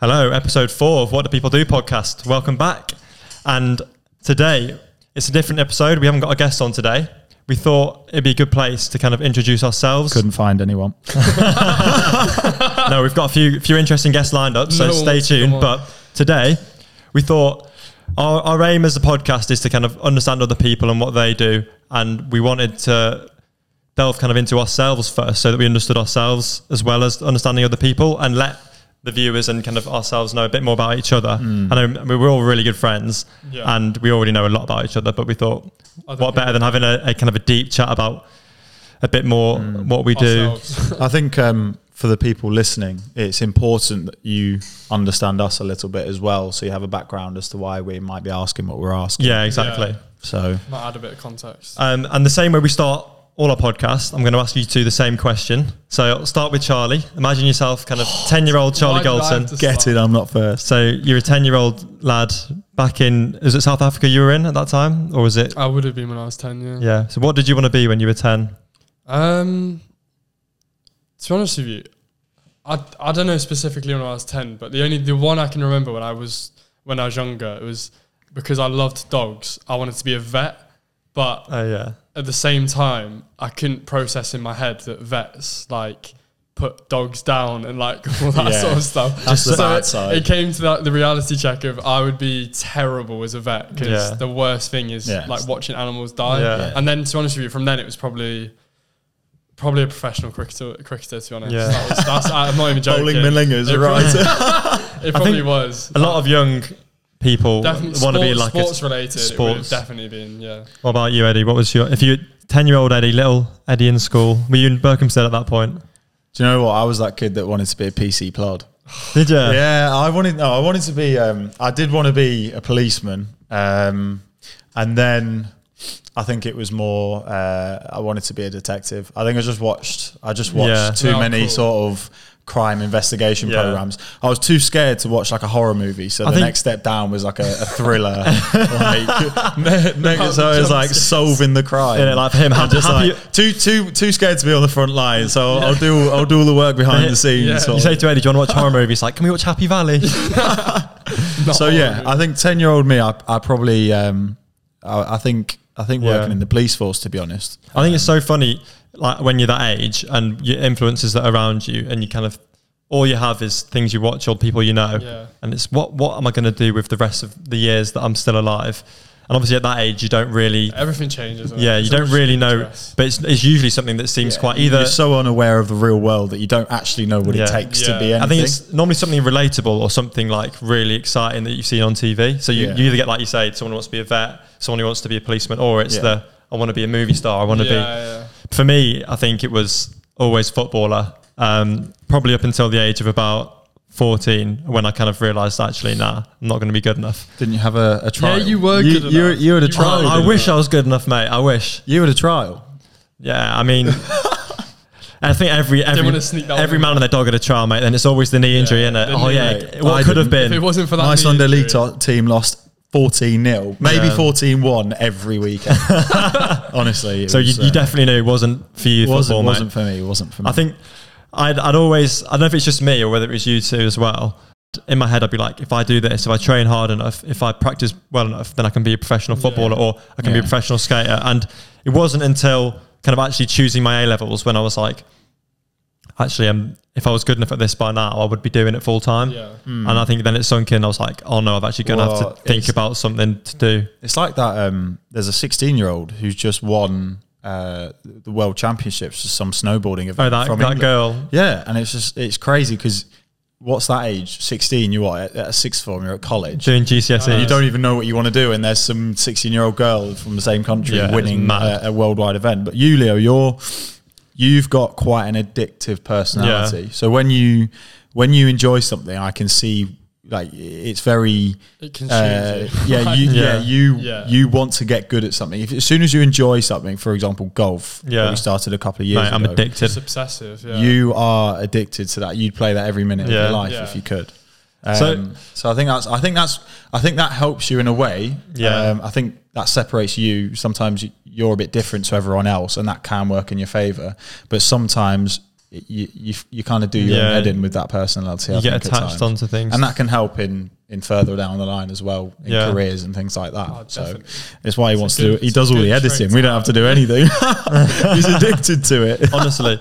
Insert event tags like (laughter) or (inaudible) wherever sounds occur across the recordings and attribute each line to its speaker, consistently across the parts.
Speaker 1: Hello, episode four of What Do People Do podcast. Welcome back. And today it's a different episode. We haven't got a guest on today. We thought it'd be a good place to kind of introduce ourselves.
Speaker 2: Couldn't find anyone.
Speaker 1: (laughs) No, we've got a few few interesting guests lined up, so
Speaker 3: No,
Speaker 1: stay tuned.
Speaker 3: come on.
Speaker 1: But today we thought our, our aim as a podcast is to kind of understand other people and what they do. And we wanted to delve kind of into ourselves first so that we understood ourselves as well as understanding other people and let the viewers and kind of ourselves know a bit more about each other. I know we- we're all really good friends
Speaker 3: Hmm. Yeah.
Speaker 1: and we already know a lot about each other, but we thought
Speaker 3: Other
Speaker 1: what better than having a, a kind of a deep chat about a bit more what we do.
Speaker 3: Hmm. Ourselves.
Speaker 2: I think um, for the people listening, it's important that you understand us a little bit as well, so you have a background as to why we might be asking what we're asking.
Speaker 1: Yeah, exactly.
Speaker 3: Yeah.
Speaker 2: So
Speaker 3: Might add a bit of context.
Speaker 1: Um, and the same way we start all our podcasts, I'm going to ask you two the same question. So I'll start with Charlie. Imagine yourself kind of
Speaker 3: Oh,
Speaker 1: 10 year old Charlie
Speaker 3: Why did I have
Speaker 1: Goldson.
Speaker 3: to
Speaker 2: get it.
Speaker 3: start?
Speaker 2: I'm not first.
Speaker 1: So you're a 10 year old lad back in, is it South Africa you were in at that time? Or was it?
Speaker 3: I would have been when I was ten. Yeah.
Speaker 1: Yeah. So what did you want to be when you were 10?
Speaker 3: Um. To be honest with you, I I don't know specifically when I was ten, but the only the one I can remember when I was when I was younger it was because I loved dogs. I wanted to be a vet, but
Speaker 1: Oh, yeah.
Speaker 3: at the same time I couldn't process in my head that vets like put dogs down and like (laughs) all that
Speaker 2: Yeah.
Speaker 3: sort of stuff.
Speaker 2: That's the bad
Speaker 3: it,
Speaker 2: side.
Speaker 3: it came to that, the reality check of I would be terrible as a vet because
Speaker 1: Yeah.
Speaker 3: the worst thing is
Speaker 2: Yeah.
Speaker 3: like watching animals die.
Speaker 1: Yeah.
Speaker 3: And then to be honest with you, from then it was probably probably a professional cricketer. cricketer to be honest,
Speaker 1: Yeah.
Speaker 3: that was, that's, I'm not even joking.
Speaker 2: Bowling Millingers, (laughs)
Speaker 3: It
Speaker 2: right?
Speaker 1: (laughs)
Speaker 3: probably- (laughs) It probably
Speaker 1: think
Speaker 3: was
Speaker 1: A lot of young people
Speaker 3: Definitely
Speaker 1: want to be
Speaker 3: sports-
Speaker 1: like a,
Speaker 3: sports related. It would have
Speaker 1: sports.
Speaker 3: definitely been yeah.
Speaker 1: What about you, Eddie? What was your, if you, 10 year old Eddie, little Eddie in school, were you in Berkhamsted at that point?
Speaker 2: Do you know what? I was that kid that wanted to be a PC plod.
Speaker 1: Did you?
Speaker 2: Yeah, I wanted. No, I wanted to be. Um, I did want to be a policeman, um, and then I think it was more. Uh, I wanted to be a detective. I think I just watched. I just watched
Speaker 1: Yeah.
Speaker 2: too
Speaker 3: Oh,
Speaker 2: many
Speaker 3: cool.
Speaker 2: sort of crime investigation
Speaker 1: Yeah.
Speaker 2: programs. I was too scared to watch like a horror movie, so
Speaker 1: I
Speaker 2: the
Speaker 1: think-
Speaker 2: next step down was like a, a thriller. (laughs) like, ne- ne- so it was like solving the crime.
Speaker 1: Yeah, like for him,
Speaker 2: I'm
Speaker 1: have-
Speaker 2: just
Speaker 1: have
Speaker 2: like
Speaker 1: you-
Speaker 2: too too too scared to be on the front line, so I'll do I'll do all the work
Speaker 1: (laughs)
Speaker 2: behind the scenes.
Speaker 3: Yeah.
Speaker 2: sort
Speaker 1: You
Speaker 2: of.
Speaker 1: say to Eddie, do you want to watch horror movies? Like, can we watch Happy Valley?
Speaker 3: (laughs) Not
Speaker 2: So
Speaker 3: all
Speaker 2: yeah,
Speaker 1: Oh,
Speaker 3: of it.
Speaker 2: I think ten year old me, I, I probably, um, I, I think, I think working
Speaker 1: Yeah.
Speaker 2: in the police force, to be honest,
Speaker 1: I think it's so funny, like when you're that age and your influences that are around you, and you kind of all you have is things you watch or people you know,
Speaker 3: Yeah.
Speaker 1: and it's what what am I going to do with the rest of the years that I'm still alive? And obviously, at that age, you don't really,
Speaker 3: everything changes. doesn't it?
Speaker 1: yeah, you
Speaker 3: It's
Speaker 1: don't
Speaker 3: all
Speaker 1: really
Speaker 3: just
Speaker 1: know.
Speaker 3: stress.
Speaker 1: But it's, it's usually something that seems quite
Speaker 2: you're
Speaker 1: either.
Speaker 2: so unaware of the real world that you don't actually know what
Speaker 1: Yeah.
Speaker 2: it takes to
Speaker 3: Yeah.
Speaker 2: be anything.
Speaker 1: I think it's normally something relatable or something like really exciting that you've seen on TV. So you,
Speaker 2: Yeah.
Speaker 1: you either get, like you say, someone who wants to be a vet, someone who wants to be a policeman, or it's
Speaker 2: Yeah.
Speaker 1: the I want to be a movie star, I want to
Speaker 3: yeah,
Speaker 1: be
Speaker 3: yeah.
Speaker 1: for me, I think it was always footballer. Um, probably up until the age of about fourteen, when I kind of realised actually, nah, I'm not going to be good enough.
Speaker 2: Didn't you have a, a trial?
Speaker 3: you were
Speaker 2: You,
Speaker 3: good
Speaker 2: you,
Speaker 3: enough.
Speaker 2: you had a
Speaker 3: You
Speaker 2: trial.
Speaker 3: were.
Speaker 1: I
Speaker 2: didn't
Speaker 1: wish I was good enough, mate. I wish.
Speaker 2: you? you had a trial.
Speaker 1: Yeah, I
Speaker 3: (laughs)
Speaker 1: mean, I think every every
Speaker 3: wanna sneak that
Speaker 1: every
Speaker 3: one.
Speaker 1: man and their dog at a trial, mate. Then it's always the knee injury,
Speaker 3: Yeah,
Speaker 1: innit?
Speaker 3: the
Speaker 1: Oh
Speaker 3: knee,
Speaker 1: yeah,
Speaker 2: mate.
Speaker 1: what
Speaker 2: I
Speaker 1: could have
Speaker 2: didn't-
Speaker 3: If it
Speaker 1: been?
Speaker 3: wasn't for that,
Speaker 2: My
Speaker 3: knee
Speaker 2: Sunday league
Speaker 3: injury-
Speaker 2: to- team lost. 14 0, maybe
Speaker 1: Yeah.
Speaker 2: 14 1
Speaker 1: (laughs)
Speaker 2: every weekend. Honestly. it
Speaker 1: So you,
Speaker 2: was,
Speaker 1: you
Speaker 2: uh,
Speaker 1: definitely knew it wasn't for you.
Speaker 2: wasn't,
Speaker 1: football, mate.
Speaker 2: wasn't for me. Wasn't for me.
Speaker 1: I think I'd, I'd always, I don't know if it's just me or whether it was you two as well. In my head, I'd be like, if I do this, if I train hard enough, if I practice well enough, then I can be a professional footballer or I can be a
Speaker 2: Yeah.
Speaker 1: professional skater. And it wasn't until kind of actually choosing my A levels when I was like, actually, um, if I was good enough at this by now, I would be doing it full time.
Speaker 3: Yeah.
Speaker 1: And I think then it sunk in. I was like, oh no, I've actually going to
Speaker 2: Well,
Speaker 1: have to think
Speaker 2: it's-
Speaker 1: about something to do.
Speaker 2: It's like that. Um, there's a 16 year old who's just won uh, the world championships for some snowboarding
Speaker 1: Oh,
Speaker 2: event
Speaker 1: that,
Speaker 2: from
Speaker 1: that
Speaker 2: England.
Speaker 1: girl.
Speaker 2: Yeah, and it's just it's crazy because what's that age? 16. You are at, at a sixth form. You're at college.
Speaker 1: Doing GCSE,
Speaker 2: You don't even know what you want to do, and there's some 16 year old girl from the same country
Speaker 1: Yeah, it's
Speaker 2: winning a,
Speaker 1: mad.
Speaker 2: a worldwide event. But you, Leo, you're you've got quite an addictive personality. So when you when you enjoy something, I can see like it's very
Speaker 3: It consumes
Speaker 2: uh,
Speaker 3: you.
Speaker 2: yeah,
Speaker 1: (laughs)
Speaker 2: you,
Speaker 1: Yeah.
Speaker 2: yeah, you,
Speaker 3: Yeah.
Speaker 2: you want to get good at something. If, as soon as you enjoy something, for example, golf,
Speaker 1: Yeah.
Speaker 2: that we started a couple of years
Speaker 1: Mate, I'm
Speaker 2: ago,
Speaker 1: addicted.
Speaker 3: It's obsessive. Yeah.
Speaker 2: You are addicted to that. You'd play that every minute
Speaker 1: Yeah.
Speaker 2: of your life
Speaker 3: Yeah.
Speaker 2: if you could. Um,
Speaker 1: So-
Speaker 2: so, I think that's, I think that's, I think that helps you in a way.
Speaker 1: Yeah.
Speaker 2: Um, I think that separates you. Sometimes you- you're a bit different to everyone else, and that can work in your favor. But sometimes you you, you kind of do your own
Speaker 1: Yeah.
Speaker 2: head in with that personality. I
Speaker 1: you get
Speaker 2: think, at
Speaker 1: attached
Speaker 2: times.
Speaker 1: onto things.
Speaker 2: and that can help in in further down the line as well in
Speaker 1: Yeah.
Speaker 2: careers and things like that.
Speaker 3: Oh,
Speaker 2: so
Speaker 3: definitely.
Speaker 2: it's why he wants to
Speaker 3: good-
Speaker 2: do. He
Speaker 3: it's
Speaker 2: does
Speaker 3: a
Speaker 2: all the
Speaker 3: good
Speaker 2: editing.
Speaker 3: trait
Speaker 2: We
Speaker 3: to
Speaker 2: don't have to do anything. (laughs) He's addicted to
Speaker 3: (laughs)
Speaker 2: it.
Speaker 1: honestly.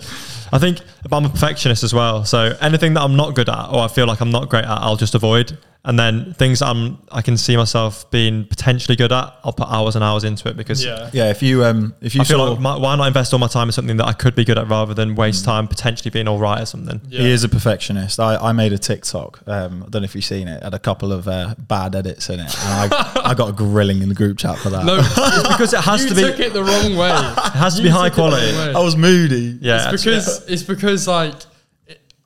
Speaker 1: I think but I'm a perfectionist as well. So anything that I'm not good at or I feel like I'm not great at, I'll just avoid. And then things I'm I can see myself being potentially good at, I'll put hours and hours into it because
Speaker 3: Yeah.
Speaker 2: Yeah, if you um if you
Speaker 1: I feel
Speaker 2: saw-
Speaker 1: like my, why not invest all my time in something that I could be good at rather than waste time potentially being all right at something.
Speaker 3: Mm. Yeah.
Speaker 2: He is a perfectionist. I, I made a TikTok. Um, I don't know if you've seen it. Had a couple of uh, bad edits in it, and I, I got a grilling in the group chat for that.
Speaker 3: No,
Speaker 1: It's because it has
Speaker 3: you
Speaker 1: to be
Speaker 3: took
Speaker 1: it
Speaker 3: it the wrong
Speaker 1: (laughs)
Speaker 3: way. it
Speaker 1: has to be high quality.
Speaker 2: I was moody.
Speaker 1: Yeah, it's-
Speaker 3: It's because it's because like it-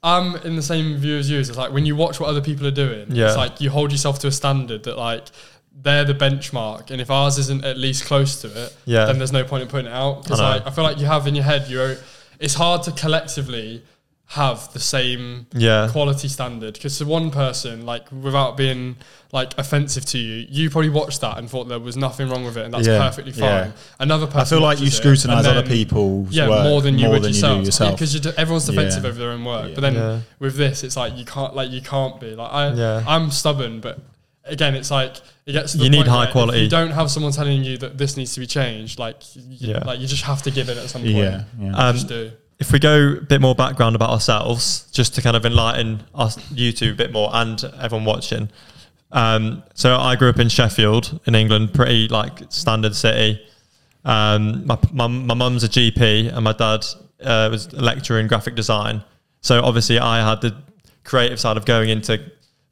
Speaker 3: I'm in the same view as you. It's like when you watch what other people are doing,
Speaker 1: Yeah.
Speaker 3: it's like you hold yourself to a standard that like they're the benchmark, and if ours isn't at least close to it,
Speaker 1: Yeah.
Speaker 3: then there's no point in putting it out. Because
Speaker 1: I know.
Speaker 3: like I feel like you have in your head, you're it's hard to collectively have the same
Speaker 1: Yeah.
Speaker 3: quality standard because to one person like without being like offensive to you you probably watched that and thought there was nothing wrong with it and that's
Speaker 2: Yeah,
Speaker 3: perfectly fine
Speaker 2: yeah.
Speaker 3: another person
Speaker 2: I feel like you
Speaker 3: watches it and
Speaker 2: scrutinise other
Speaker 3: then-
Speaker 2: people's
Speaker 3: yeah,
Speaker 2: work
Speaker 3: more than you would
Speaker 2: do
Speaker 3: yourself.
Speaker 2: yourself.
Speaker 3: because you're, everyone's defensive
Speaker 2: Yeah.
Speaker 3: over their own work.
Speaker 2: Yeah.
Speaker 3: But then
Speaker 1: Yeah.
Speaker 3: with this, it's like you can't, like you can't be like I.
Speaker 1: Yeah.
Speaker 3: I'm stubborn, but again, it's like it gets. To the
Speaker 1: You need
Speaker 3: point
Speaker 1: high
Speaker 3: where if
Speaker 1: quality.
Speaker 3: you don't have someone telling you that this needs to be changed. Like, you,
Speaker 1: Yeah.
Speaker 3: like you just have to give in at some point.
Speaker 2: yeah, yeah.
Speaker 1: Um,
Speaker 3: just do.
Speaker 1: if we go a bit more background about ourselves, just to kind of enlighten us, you two, a bit more, and everyone watching. Um, so I grew up in Sheffield in England, pretty like standard city. Um, my my my mum's a GP, and my dad uh, was a lecturer in graphic design. So obviously, I had the creative side of going into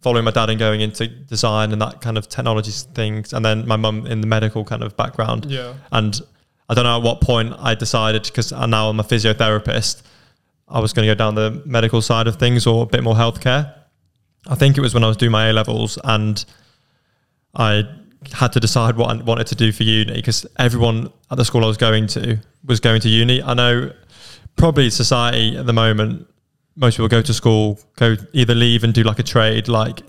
Speaker 1: following my dad and going into design and that kind of technology things, and then my mum in the medical kind of background.
Speaker 3: Yeah.
Speaker 1: And I don't know at what point I decided because now I'm a physiotherapist, I was going to go down the medical side of things or a bit more healthcare. I think it was when I was doing my A levels and I had to decide what I wanted to do for uni because everyone at the school I was going to was going to uni. I know probably society at the moment, most people go to school, go either leave and do like a trade, like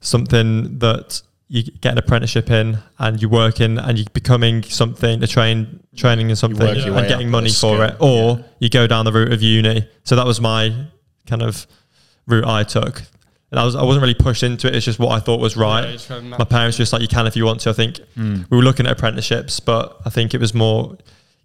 Speaker 1: something that you get an apprenticeship in and you work in and you're becoming something, a train training in something
Speaker 2: work
Speaker 3: your way
Speaker 1: and
Speaker 2: up
Speaker 1: getting
Speaker 2: with
Speaker 1: money
Speaker 2: a
Speaker 1: for
Speaker 2: skill,
Speaker 1: it. Or
Speaker 2: yeah.
Speaker 1: you go down the route of uni. So that was my kind of route I took. And I was I wasn't really pushed into it, it's just what I thought was right
Speaker 3: Yeah, you just kinda
Speaker 1: my
Speaker 3: nap-
Speaker 1: parents were just like you can if you want to. I think
Speaker 2: Hmm.
Speaker 1: we were looking at apprenticeships, but I think it was more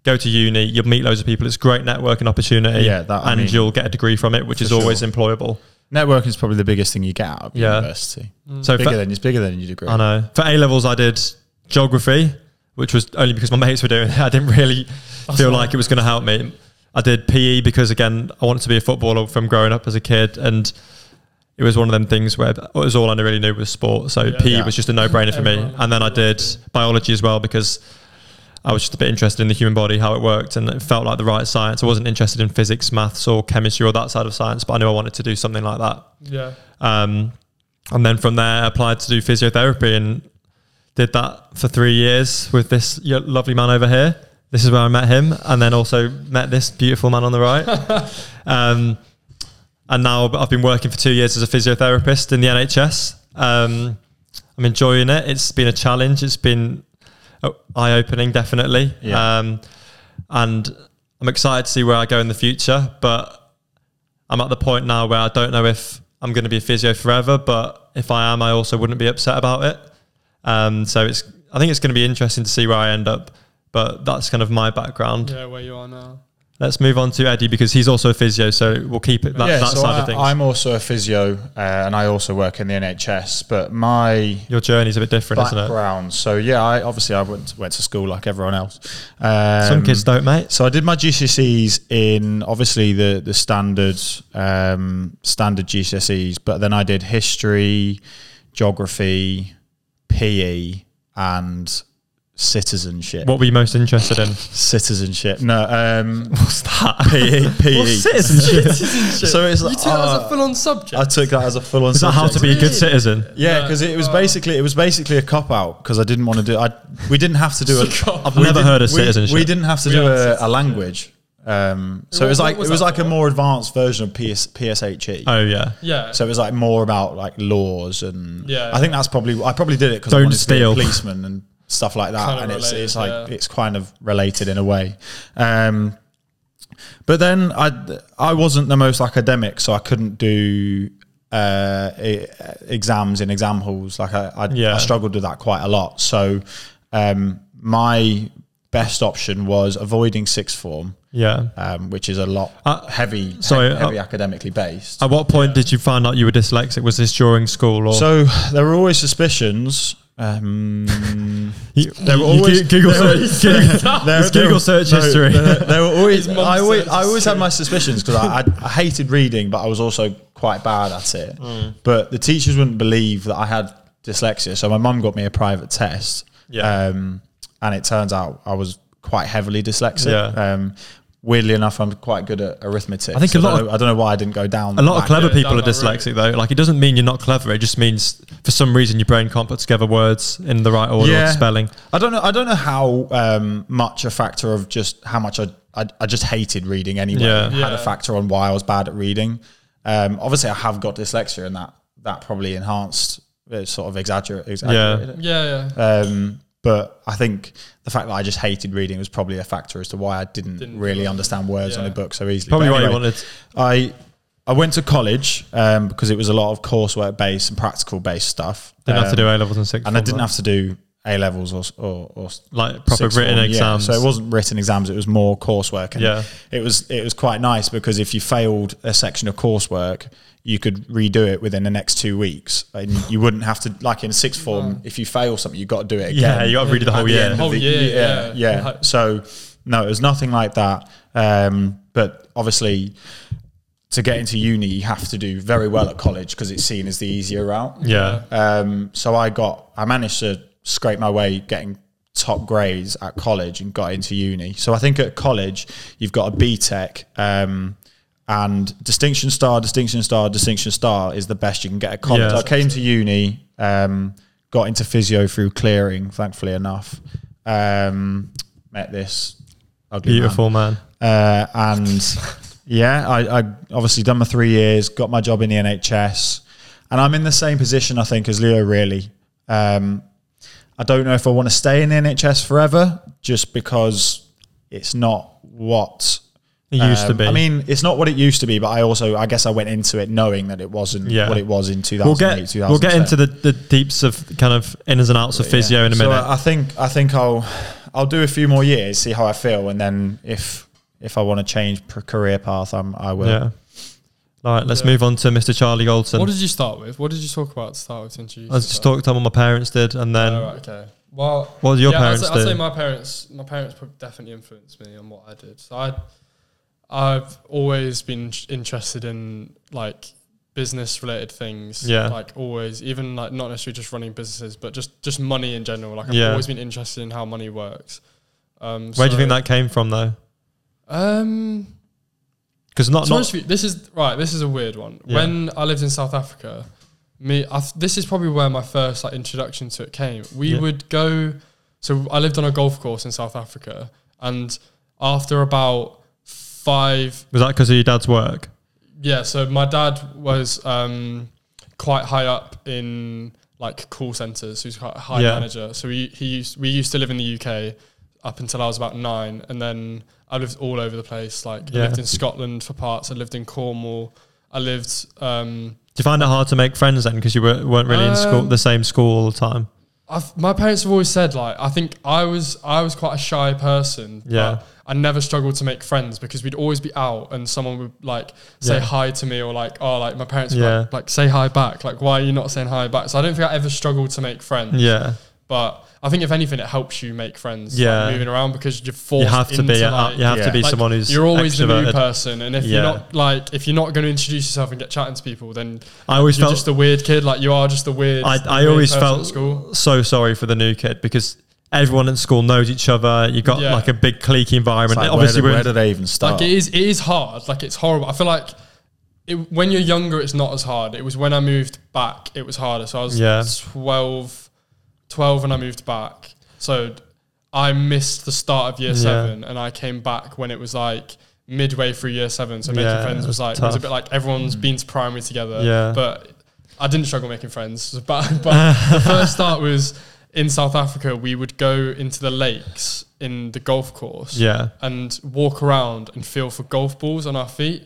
Speaker 1: go to uni. You'll meet loads of people. It's great networking opportunity,
Speaker 2: Yeah, that I
Speaker 1: and
Speaker 2: mean,
Speaker 1: you'll get a degree from it, which
Speaker 2: for
Speaker 1: is always
Speaker 2: sure.
Speaker 1: employable.
Speaker 2: Networking is probably the biggest thing you get out of
Speaker 1: Yeah.
Speaker 2: university.
Speaker 1: So
Speaker 2: Bigger
Speaker 1: for,
Speaker 2: than it's bigger than your degree.
Speaker 1: I know for A levels I did geography, which was only because my mates were doing it. (laughs) I didn't really feel like it was going to help me. I did PE because again I wanted to be a footballer from growing up as a kid and. It was one of them things where it was all I really knew was sport. So
Speaker 3: Yeah.
Speaker 1: PE
Speaker 2: Yeah.
Speaker 1: was just a no-brainer for me.
Speaker 3: Everyone
Speaker 1: And then I
Speaker 3: loves
Speaker 1: did
Speaker 3: it.
Speaker 1: biology as well because I was just a bit interested in the human body, how it worked, and it felt like the right science. I wasn't interested in physics, maths, or chemistry or that side of science, but I knew I wanted to do something like that.
Speaker 3: Yeah,
Speaker 1: Um, and then from there, I applied to do physiotherapy and did that for three years with this y- lovely man over here. This is where I met him, and then also met this beautiful man on the right. um, and now I've been working for two years as a physiotherapist in the NHS. Um, I'm enjoying it. It's been a challenge. It's been eye opening, definitely.
Speaker 2: Yeah.
Speaker 1: Um, and I'm excited to see where I go in the future. But I'm at the point now where I don't know if I'm going to be a physio forever. But if I am, I also wouldn't be upset about it. Um, so it's I think it's going to be interesting to see where I end up. But that's kind of my background.
Speaker 3: yeah, where you are now.
Speaker 1: Let's move on to Eddie because he's also a physio, so we'll keep it that,
Speaker 2: yeah,
Speaker 1: that
Speaker 2: so
Speaker 1: side
Speaker 2: I,
Speaker 1: of things.
Speaker 2: I'm also a physio, uh, and I also work in the NHS. But my
Speaker 1: Your journey's a bit different, isn't it?
Speaker 2: background, so yeah, I obviously I went went to school like everyone else. Um,
Speaker 1: Some kids don't, mate.
Speaker 2: So I did my GCSEs in obviously the the standard um, standard GCSEs, but then I did history, geography, PE, and citizenship.
Speaker 1: What were you most interested
Speaker 2: (laughs)
Speaker 1: in?
Speaker 2: Citizenship? No, um,
Speaker 1: (laughs) What's that?
Speaker 2: PE. PE.
Speaker 1: What's (laughs) citizenship?
Speaker 2: E. So it's
Speaker 3: you
Speaker 2: like,
Speaker 3: took that as
Speaker 2: uh,
Speaker 3: a full-on subject.
Speaker 2: I took that as a full on.
Speaker 1: Is that how to be a good citizen?
Speaker 2: Yeah, because it was
Speaker 3: Oh.
Speaker 2: basically it was basically a cop out because I didn't want to do. I we didn't have to do a.
Speaker 3: cop-out.
Speaker 1: I've
Speaker 2: we
Speaker 1: never
Speaker 2: didn't-
Speaker 1: heard of
Speaker 2: we-
Speaker 1: citizenship.
Speaker 2: We didn't have to
Speaker 3: We
Speaker 2: do
Speaker 3: had
Speaker 2: a,
Speaker 3: citizenship.
Speaker 2: a language. Um, so it was
Speaker 3: what
Speaker 2: like
Speaker 3: was
Speaker 2: it was
Speaker 3: that
Speaker 2: like a
Speaker 3: for?
Speaker 2: more advanced version of PS, PSHE.
Speaker 1: Oh yeah.
Speaker 3: yeah,
Speaker 2: So it was like more about like laws and
Speaker 3: Yeah.
Speaker 2: I think that's probably I probably did it because I
Speaker 1: Don't
Speaker 2: wanted
Speaker 1: steal. (laughs)
Speaker 2: to be a policeman and stuff like that.
Speaker 3: Kind of
Speaker 2: and it's
Speaker 3: related,
Speaker 2: it's like
Speaker 3: yeah.
Speaker 2: it's kind of related in a way. Um, But then I I wasn't the most academic, so I couldn't do uh, e- exams in exam halls. Like I I,
Speaker 1: Yeah.
Speaker 2: I struggled with that quite a lot. So um, my best option was avoiding sixth form,
Speaker 1: Yeah.
Speaker 2: um, which is a lot
Speaker 1: Uh,
Speaker 2: heavy, he-
Speaker 1: sorry, uh,
Speaker 2: heavy academically based.
Speaker 1: At what point did you find out you were dyslexic? Was this during school or?
Speaker 2: so there were always suspicions.
Speaker 1: (laughs)
Speaker 2: Um,
Speaker 1: you,
Speaker 2: They were
Speaker 1: you
Speaker 2: always-
Speaker 1: Goo- Google
Speaker 2: they were-
Speaker 1: search, (laughs) Google,
Speaker 2: There-
Speaker 1: it's
Speaker 2: there-
Speaker 1: Google search
Speaker 2: no,
Speaker 1: history.
Speaker 2: There, there were
Speaker 1: (laughs)
Speaker 2: always,
Speaker 3: His mum
Speaker 2: I always,
Speaker 3: search
Speaker 2: I always had
Speaker 3: history.
Speaker 2: my suspicions because I, I, I hated reading, but I was also quite bad at it.
Speaker 1: Mm.
Speaker 2: But the teachers wouldn't believe that I had dyslexia, so my mum got me a private test.
Speaker 1: Yeah.
Speaker 2: Um, and it turns out I was quite heavily dyslexic.
Speaker 1: Yeah.
Speaker 2: Um, weirdly enough, I'm quite good at arithmetic.
Speaker 1: I think a
Speaker 2: so
Speaker 1: lot
Speaker 2: I don't, know, I don't know why I didn't go down.
Speaker 1: A lot of
Speaker 2: that.
Speaker 1: clever
Speaker 3: Yeah,
Speaker 1: people are
Speaker 3: down that route.
Speaker 1: dyslexic though. Like it doesn't mean you're not clever. It just means for some reason your brain can't put together words in the right order
Speaker 2: Yeah.
Speaker 1: or spelling.
Speaker 2: I don't know. I don't know how um, much a factor of just how much I I, I just hated reading anyway.
Speaker 1: Yeah.
Speaker 2: Had
Speaker 3: Yeah.
Speaker 2: a factor on why I was bad at reading. Um, obviously, I have got dyslexia, and that that probably enhanced uh, sort of exaggerate. exaggerated it.
Speaker 3: Yeah,
Speaker 1: uh,
Speaker 3: yeah.
Speaker 2: Um, but I think the fact that I just hated reading was probably a factor as to why I didn't,
Speaker 3: Didn't
Speaker 2: really
Speaker 3: feel-
Speaker 2: understand words on
Speaker 3: yeah.
Speaker 2: a book so easily.
Speaker 1: Probably
Speaker 2: But
Speaker 1: why you
Speaker 2: anyway,
Speaker 1: wanted.
Speaker 2: I I went to college um, because it was a lot of coursework based and practical based stuff.
Speaker 1: Didn't have to
Speaker 2: Um,
Speaker 1: do A levels in sixth.
Speaker 2: and I
Speaker 1: form,
Speaker 2: didn't
Speaker 1: though.
Speaker 2: have to do A levels or or, or
Speaker 1: like proper
Speaker 2: sixth
Speaker 1: written
Speaker 2: form, yeah.
Speaker 1: exams.
Speaker 2: So it wasn't written exams; it was more coursework. And
Speaker 1: Yeah.
Speaker 2: it was it was quite nice because if you failed a section of coursework, you could redo it within the next two weeks, and you wouldn't have to like in sixth form. If you fail something, you got to do it
Speaker 1: (laughs)
Speaker 2: again.
Speaker 1: yeah, you got to read it the
Speaker 2: at
Speaker 1: whole
Speaker 2: the
Speaker 1: year.
Speaker 2: end of
Speaker 3: Whole
Speaker 2: the-
Speaker 3: year,
Speaker 2: yeah,
Speaker 3: yeah.
Speaker 2: yeah. So no, it was nothing like that. Um, but obviously, to get into uni, you have to do very well at college because it's seen as the easier route.
Speaker 1: yeah,
Speaker 2: Um, so I got, I managed to scrape my way getting top grades at college and got into uni. So I think at college you've got a BTEC um, and distinction star, distinction star, distinction star is the best you can get at college.
Speaker 1: Yeah.
Speaker 2: I came to uni, um, got into physio through clearing, thankfully enough. Um, met this ugly man
Speaker 1: beautiful man.
Speaker 2: uh, and yeah, I, I obviously done my three years, got my job in the NHS, and I'm in the same position I think as Leo. Really, um, I don't know if I want to stay in the NHS forever, just because it's not what
Speaker 1: It used to
Speaker 2: um,
Speaker 1: be.
Speaker 2: I mean, it's not what it used to be, but I also, I guess, I went into it knowing that it wasn't
Speaker 1: Yeah.
Speaker 2: what it was in 2008.
Speaker 1: we'll get we'll get
Speaker 2: 2007.
Speaker 1: into the, the deeps of kind of ins and outs of physio
Speaker 2: Yeah.
Speaker 1: in a
Speaker 2: So uh,
Speaker 1: minute.
Speaker 2: I I think I think I'll I'll do a few more years, see how I feel, and then if if I want to change p- career path, I'm, I will.
Speaker 1: yeah. All right, let's
Speaker 3: Yeah.
Speaker 1: move on to Mr. Charlie Goldson.
Speaker 3: What did you start with? What did you talk about to start with to introduce
Speaker 1: I was just
Speaker 3: yourself?
Speaker 1: talked about what my parents did, and then
Speaker 3: Oh, right, okay. Well,
Speaker 1: what did your
Speaker 3: yeah,
Speaker 1: parents
Speaker 3: I'd say, I'd
Speaker 1: do?
Speaker 3: say my parents, my parents probably definitely influenced me on what I did. So I, I've always been int- interested in like business related things.
Speaker 1: Yeah.
Speaker 3: Like always, even like not necessarily just running businesses, but just just money in general. Like I've
Speaker 1: Yeah.
Speaker 3: always been interested in how money works. Um,
Speaker 1: Where do you think that came from, though?
Speaker 3: Um,
Speaker 1: Because not
Speaker 3: to be
Speaker 1: not
Speaker 3: honest with you, this is right. This is a weird one.
Speaker 1: Yeah.
Speaker 3: When I lived in South Africa, me, I, th- this is probably where my first like introduction to it came. We
Speaker 1: Yeah.
Speaker 3: would go. So I lived on a golf course in South Africa, and after about five,
Speaker 1: was that because of your dad's work?
Speaker 3: yeah. So my dad was um, quite high up in like call centers. He was quite a high
Speaker 1: Yeah.
Speaker 3: manager. So we he used we used to live in the UK up until I was about nine, and then I lived all over the place. Like
Speaker 1: Yeah.
Speaker 3: I lived in Scotland for parts. I lived in Cornwall. I lived. Um,
Speaker 1: Do you find it hard to make friends then because you were, weren't really in school
Speaker 3: Um,
Speaker 1: the same school all the time?
Speaker 3: I've, my parents have always said like I think I was I was quite a shy person. but
Speaker 1: Yeah.
Speaker 3: I never struggled to make friends because we'd always be out and someone would like say
Speaker 1: Yeah.
Speaker 3: hi to me or like oh like my parents would
Speaker 1: Yeah.
Speaker 3: like, like say hi back like why are you not saying hi back so I don't think I ever struggled to make friends
Speaker 1: Yeah,
Speaker 3: but I think if anything it helps you make friends like,
Speaker 1: Yeah.
Speaker 3: moving around because you're forced
Speaker 1: you have to
Speaker 3: into,
Speaker 1: be a-
Speaker 3: like,
Speaker 1: you have to
Speaker 2: yeah.
Speaker 1: be
Speaker 3: like,
Speaker 1: someone who's
Speaker 3: you're always the
Speaker 1: extroverted.
Speaker 3: new person and if
Speaker 1: Yeah.
Speaker 3: you're not like if you're not going to introduce yourself and get chatting to people then
Speaker 1: I always
Speaker 3: you're
Speaker 1: felt
Speaker 3: just a weird kid like you are just a weird
Speaker 1: I,
Speaker 3: the
Speaker 1: I
Speaker 3: weird
Speaker 1: always
Speaker 3: person at
Speaker 1: felt
Speaker 3: school
Speaker 1: so sorry for the new kid because everyone at school knows each other. You've got
Speaker 3: Yeah.
Speaker 1: like a big cliquey
Speaker 2: It's
Speaker 1: environment.
Speaker 2: like,
Speaker 1: Obviously,
Speaker 2: where,
Speaker 1: we're
Speaker 2: did, where do they even start?
Speaker 3: Like
Speaker 1: Oh.
Speaker 3: it is, it is hard. Like it's horrible. I feel like it, when you're younger, it's not as hard. It was when I moved back, it was harder. So I was
Speaker 1: Yeah.
Speaker 3: 12, 12 when I moved back. So I missed the start of year
Speaker 1: Yeah.
Speaker 3: seven, and I came back when it was like midway through year seven. So making
Speaker 1: Yeah,
Speaker 3: friends was
Speaker 1: that's
Speaker 3: like it was a
Speaker 1: tough.
Speaker 3: bit like everyone's been to primary together.
Speaker 1: Yeah.
Speaker 3: (laughs) but I didn't struggle making friends. But but the first start was in South Africa, we would go into the lakes in the golf course
Speaker 1: Yeah.
Speaker 3: and walk around and feel for golf balls on our feet.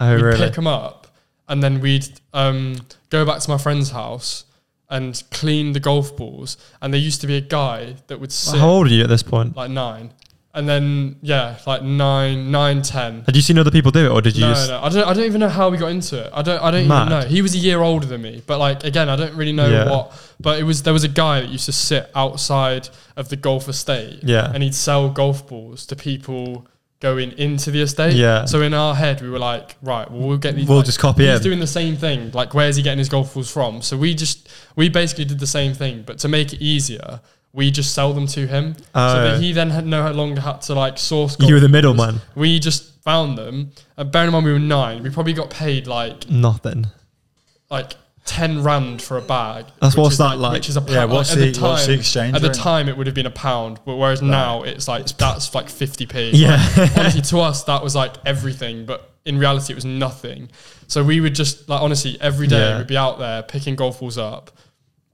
Speaker 1: Oh,
Speaker 3: we'd
Speaker 1: really?
Speaker 3: pick them up and then we'd um, go back to my friend's house and clean the golf balls. And there used to be a guy that would sit
Speaker 1: How old are you at this point?
Speaker 3: like nine, and then yeah, like nine, nine, ten.
Speaker 1: Had you seen other people do it, or did you
Speaker 3: No,
Speaker 1: just?
Speaker 3: no, I don't. I don't even know how we got into it. I don't. I don't
Speaker 1: Mad.
Speaker 3: even know. He was a year older than me, but like again, I don't really know
Speaker 1: Yeah.
Speaker 3: what. But it was there was a guy that used to sit outside of the golf estate,
Speaker 1: Yeah.
Speaker 3: and he'd sell golf balls to people going into the estate.
Speaker 1: Yeah.
Speaker 3: So in our head, we were like, right, well, we'll get these.
Speaker 1: We'll
Speaker 3: like,
Speaker 1: just copy
Speaker 3: He's
Speaker 1: him.
Speaker 3: doing the same thing. Like, where's he getting his golf balls from? So we just we basically did the same thing, but to make it easier. We just sell them to him, so
Speaker 1: Oh.
Speaker 3: that he then had no longer had to like source.
Speaker 1: You were
Speaker 3: golf
Speaker 1: the
Speaker 3: balls.
Speaker 1: middleman.
Speaker 3: We just found them. And bearing in mind we were nine, we probably got paid like
Speaker 1: Nothing.
Speaker 3: like ten rand for a bag.
Speaker 1: That's
Speaker 3: which
Speaker 1: what's
Speaker 3: is,
Speaker 1: that like?
Speaker 3: Which is a pound.
Speaker 2: Yeah, what's
Speaker 3: at the,
Speaker 2: the-
Speaker 3: time,
Speaker 2: what's the exchange
Speaker 3: At the
Speaker 2: rate?
Speaker 3: time, it would have been a pound, but whereas now it's like that's like fifty p.
Speaker 1: Yeah.
Speaker 3: honestly, to us that was like everything, but in reality it was nothing. So we would just like honestly every day
Speaker 1: Yeah.
Speaker 3: we'd be out there picking golf balls up.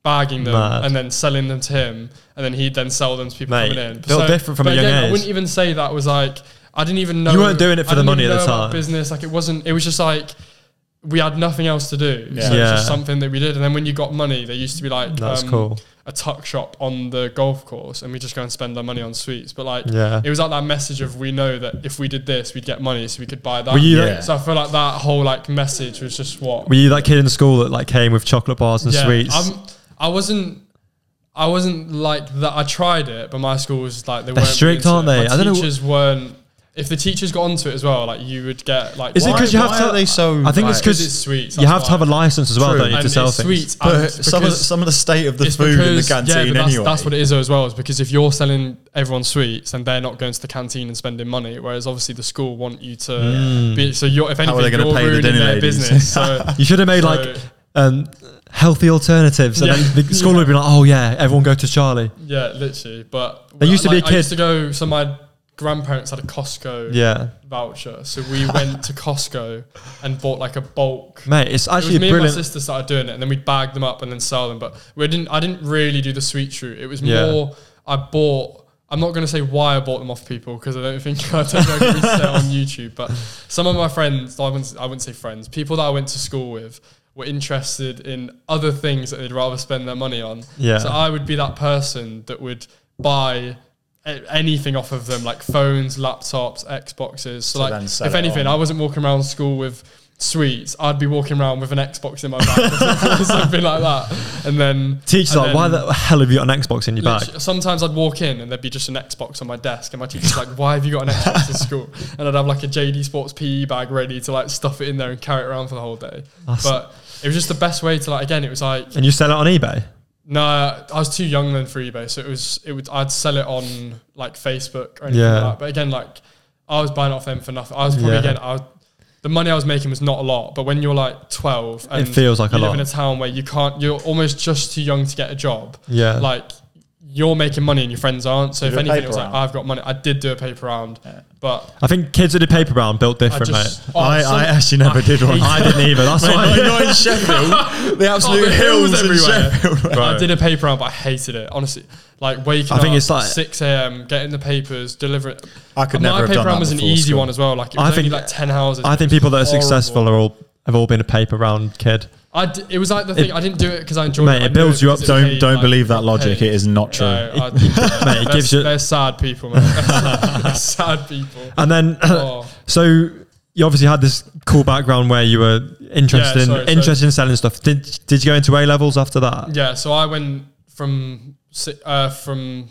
Speaker 3: Bagging them
Speaker 1: Mad.
Speaker 3: and then selling them to him, and then he'd then sell them to people
Speaker 1: Mate,
Speaker 3: coming in.
Speaker 1: built different from a
Speaker 3: but
Speaker 1: young
Speaker 3: again, I
Speaker 1: age.
Speaker 3: wouldn't even say that was like I didn't even know
Speaker 1: You weren't doing it for
Speaker 3: I
Speaker 1: the
Speaker 3: didn't
Speaker 1: money
Speaker 3: even
Speaker 1: at the
Speaker 3: know about
Speaker 1: time.
Speaker 3: Business, like it wasn't. It was just like we had nothing else to do.
Speaker 2: Yeah.
Speaker 3: So it's
Speaker 1: Yeah.
Speaker 3: just something that we did. And then when you got money, there used to be
Speaker 1: (laughs)
Speaker 3: like um,
Speaker 1: That's cool.
Speaker 3: a tuck shop on the golf course, and we just go and spend our money on sweets. But like,
Speaker 1: Yeah.
Speaker 3: it was like that message of we know that if we did this, we'd get money, so we could buy that.
Speaker 1: Were you
Speaker 2: Yeah. that-
Speaker 3: So I feel like that whole like message was just what
Speaker 1: Were you that kid in school that like came with chocolate bars and sweets?
Speaker 3: I'm, I wasn't. I wasn't like that. I tried it, but my school was like they
Speaker 1: They're
Speaker 3: weren't
Speaker 1: strict,
Speaker 3: into
Speaker 1: aren't
Speaker 3: it.
Speaker 1: they?
Speaker 3: My
Speaker 1: I don't know-
Speaker 3: teachers weren't. If the teachers got onto it as well, like you would get like.
Speaker 1: Is it
Speaker 2: Why-
Speaker 1: 'cause you have
Speaker 2: why
Speaker 1: to-
Speaker 2: Are they so?
Speaker 1: I think it's
Speaker 2: like-
Speaker 1: 'cause
Speaker 3: Because it's sweets.
Speaker 1: you have to have a license as well,
Speaker 2: True.
Speaker 1: don't you,
Speaker 3: and
Speaker 1: to
Speaker 3: it's
Speaker 1: sell things?
Speaker 3: sweets.
Speaker 2: But
Speaker 3: and
Speaker 2: some of the,
Speaker 3: because-
Speaker 2: some of the state of the
Speaker 3: it's
Speaker 2: food in the
Speaker 3: because- yeah,
Speaker 2: canteen
Speaker 3: but that's,
Speaker 2: anyway. (laughs)
Speaker 3: That's what it is though as well, is because if you're selling everyone sweets, then they're not going to the canteen and spending money, whereas obviously the school want you to be. So you're, if
Speaker 2: How
Speaker 3: anything,
Speaker 2: are they gonna
Speaker 3: you're
Speaker 2: pay the
Speaker 3: ruining
Speaker 2: dinner
Speaker 3: their
Speaker 2: ladies?
Speaker 3: business.
Speaker 2: (laughs)
Speaker 3: So,
Speaker 1: You should have made
Speaker 3: so-
Speaker 1: like um, healthy alternatives, and
Speaker 3: Yeah.
Speaker 1: then
Speaker 3: (laughs)
Speaker 1: the school
Speaker 3: Yeah.
Speaker 1: would be like, "Oh yeah, everyone go to Charlie."
Speaker 3: yeah, literally. But
Speaker 1: There used to be
Speaker 3: like,
Speaker 1: a
Speaker 3: I used
Speaker 1: kid-
Speaker 3: to go. So my grandparents had a Costco
Speaker 1: Yeah,
Speaker 3: voucher, so we went to Costco and bought like a bulk
Speaker 1: mate, it's actually
Speaker 3: it was me
Speaker 1: brilliant.
Speaker 3: and my sister started doing it, and then we'd bag them up and then sell them. But we didn't. I didn't really do the sweet route. It was
Speaker 1: Yeah.
Speaker 3: more. I bought. I'm not going to say why I bought them off people because I don't think (laughs) I don't know if we sell on YouTube. But some of my friends, I wouldn't, I wouldn't say friends, people that I went to school with were interested in other things that they'd rather spend their money on.
Speaker 1: Yeah.
Speaker 3: So I would be that person that would buy a- anything off of them, like phones, laptops, Xboxes. So,
Speaker 2: To
Speaker 3: like,
Speaker 2: then
Speaker 3: if
Speaker 2: sell it
Speaker 3: anything,
Speaker 2: on.
Speaker 3: I wasn't walking around school with sweets. I'd be walking around with an Xbox in my bag, or (laughs) something like that. And then
Speaker 1: Teacher's
Speaker 3: and
Speaker 1: like, "Why
Speaker 3: then
Speaker 1: the hell have you got an Xbox in your bag?"
Speaker 3: literally- Sometimes I'd walk in and there'd be just an Xbox on my desk, and my teacher's like, "Why have you got an Xbox in school?" And I'd have like a JD Sports PE bag ready to like stuff it in there and carry it around for the whole day.
Speaker 1: That's-
Speaker 3: but it was just the best way to like. Again, it was like
Speaker 1: And you sell it on eBay.
Speaker 3: no, I was too young then for eBay, so it was it would I'd sell it on like Facebook or anything
Speaker 1: Yeah.
Speaker 3: like that. But again, like I was buying it off them for nothing. I was probably
Speaker 1: Yeah.
Speaker 3: again I was, the money I was making was not a lot, but when you're like twelve and
Speaker 1: feels like
Speaker 3: you
Speaker 1: a
Speaker 3: live
Speaker 1: lot.
Speaker 3: in a town where you can't you're almost just too young to get a job.
Speaker 1: Yeah.
Speaker 3: Like you're making money and your friends aren't. So
Speaker 2: You
Speaker 3: if
Speaker 2: do a
Speaker 3: anything it
Speaker 2: paper
Speaker 3: was like
Speaker 2: round.
Speaker 3: I've got money. I did do a paper round, but
Speaker 1: I think kids that did paper round built
Speaker 3: I
Speaker 1: different,
Speaker 3: just
Speaker 1: mate.
Speaker 3: oh,
Speaker 2: I,
Speaker 3: some-
Speaker 2: I actually never did one.
Speaker 1: I didn't either. That's
Speaker 2: Mate,
Speaker 1: why.
Speaker 2: not, not in
Speaker 3: (laughs)
Speaker 2: Sheffield. The absolute
Speaker 3: Oh, the hills
Speaker 2: hills,
Speaker 3: everywhere.
Speaker 2: everywhere. Sheffield.
Speaker 1: Bro.
Speaker 3: I did a paper round, but I hated it. Honestly, like waking
Speaker 1: I think
Speaker 3: up
Speaker 1: it's like-
Speaker 3: 6 a.m., getting the papers, delivering.
Speaker 2: I could
Speaker 3: My
Speaker 2: never have
Speaker 3: paper
Speaker 2: done
Speaker 3: round
Speaker 2: that
Speaker 3: was an
Speaker 2: before
Speaker 3: easy
Speaker 2: school.
Speaker 3: one as well. Like it
Speaker 1: I
Speaker 3: was only
Speaker 1: think-
Speaker 3: like 10 houses.
Speaker 1: (laughs) I think people that are
Speaker 3: Horrible.
Speaker 1: successful are all have all been a paper round kid.
Speaker 3: I d- it was like the thing. I didn't do it because I enjoyed
Speaker 1: Mate,
Speaker 3: it.
Speaker 1: it
Speaker 3: I knew
Speaker 1: builds you up.
Speaker 3: because it
Speaker 2: Don't
Speaker 3: paid,
Speaker 2: don't
Speaker 3: like,
Speaker 2: believe that
Speaker 3: it
Speaker 2: logic.
Speaker 3: paid.
Speaker 2: It is not true.
Speaker 3: No,
Speaker 1: (laughs)
Speaker 3: I didn't.
Speaker 1: Mate, it
Speaker 3: They're-
Speaker 1: gives you.
Speaker 3: They're sad people, man.
Speaker 1: (laughs)
Speaker 3: (laughs) They're sad people.
Speaker 1: And then,
Speaker 3: Oh.
Speaker 1: (coughs) so you obviously had this cool background where you were interested
Speaker 3: Yeah,
Speaker 1: in
Speaker 3: sorry, so-
Speaker 1: interested in selling stuff. Did did you go into A levels after that
Speaker 3: Yeah, so I went from si- uh, from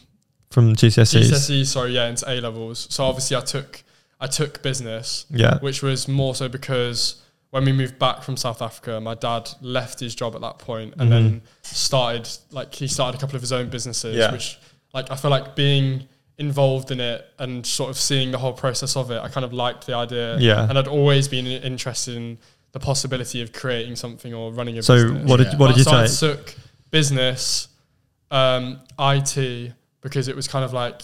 Speaker 1: from GCSEs?
Speaker 3: GCSE, sorry, yeah, into A levels. So obviously, I took I took business.
Speaker 1: Yeah,
Speaker 3: which was more so because when we moved back from South Africa, my dad left his job at that point and
Speaker 1: Mm-hmm.
Speaker 3: then started like he started a couple of his own businesses,
Speaker 2: Yeah.
Speaker 3: which like I feel like being involved in it and sort of seeing the whole process of it, I kind of liked the idea.
Speaker 1: Yeah.
Speaker 3: and I'd always been interested in the possibility of creating something or running a
Speaker 1: So
Speaker 3: business.
Speaker 1: what did
Speaker 2: Yeah.
Speaker 1: what
Speaker 3: But
Speaker 1: did you
Speaker 3: so
Speaker 1: take?
Speaker 3: I took business, um, IT because it was kind of like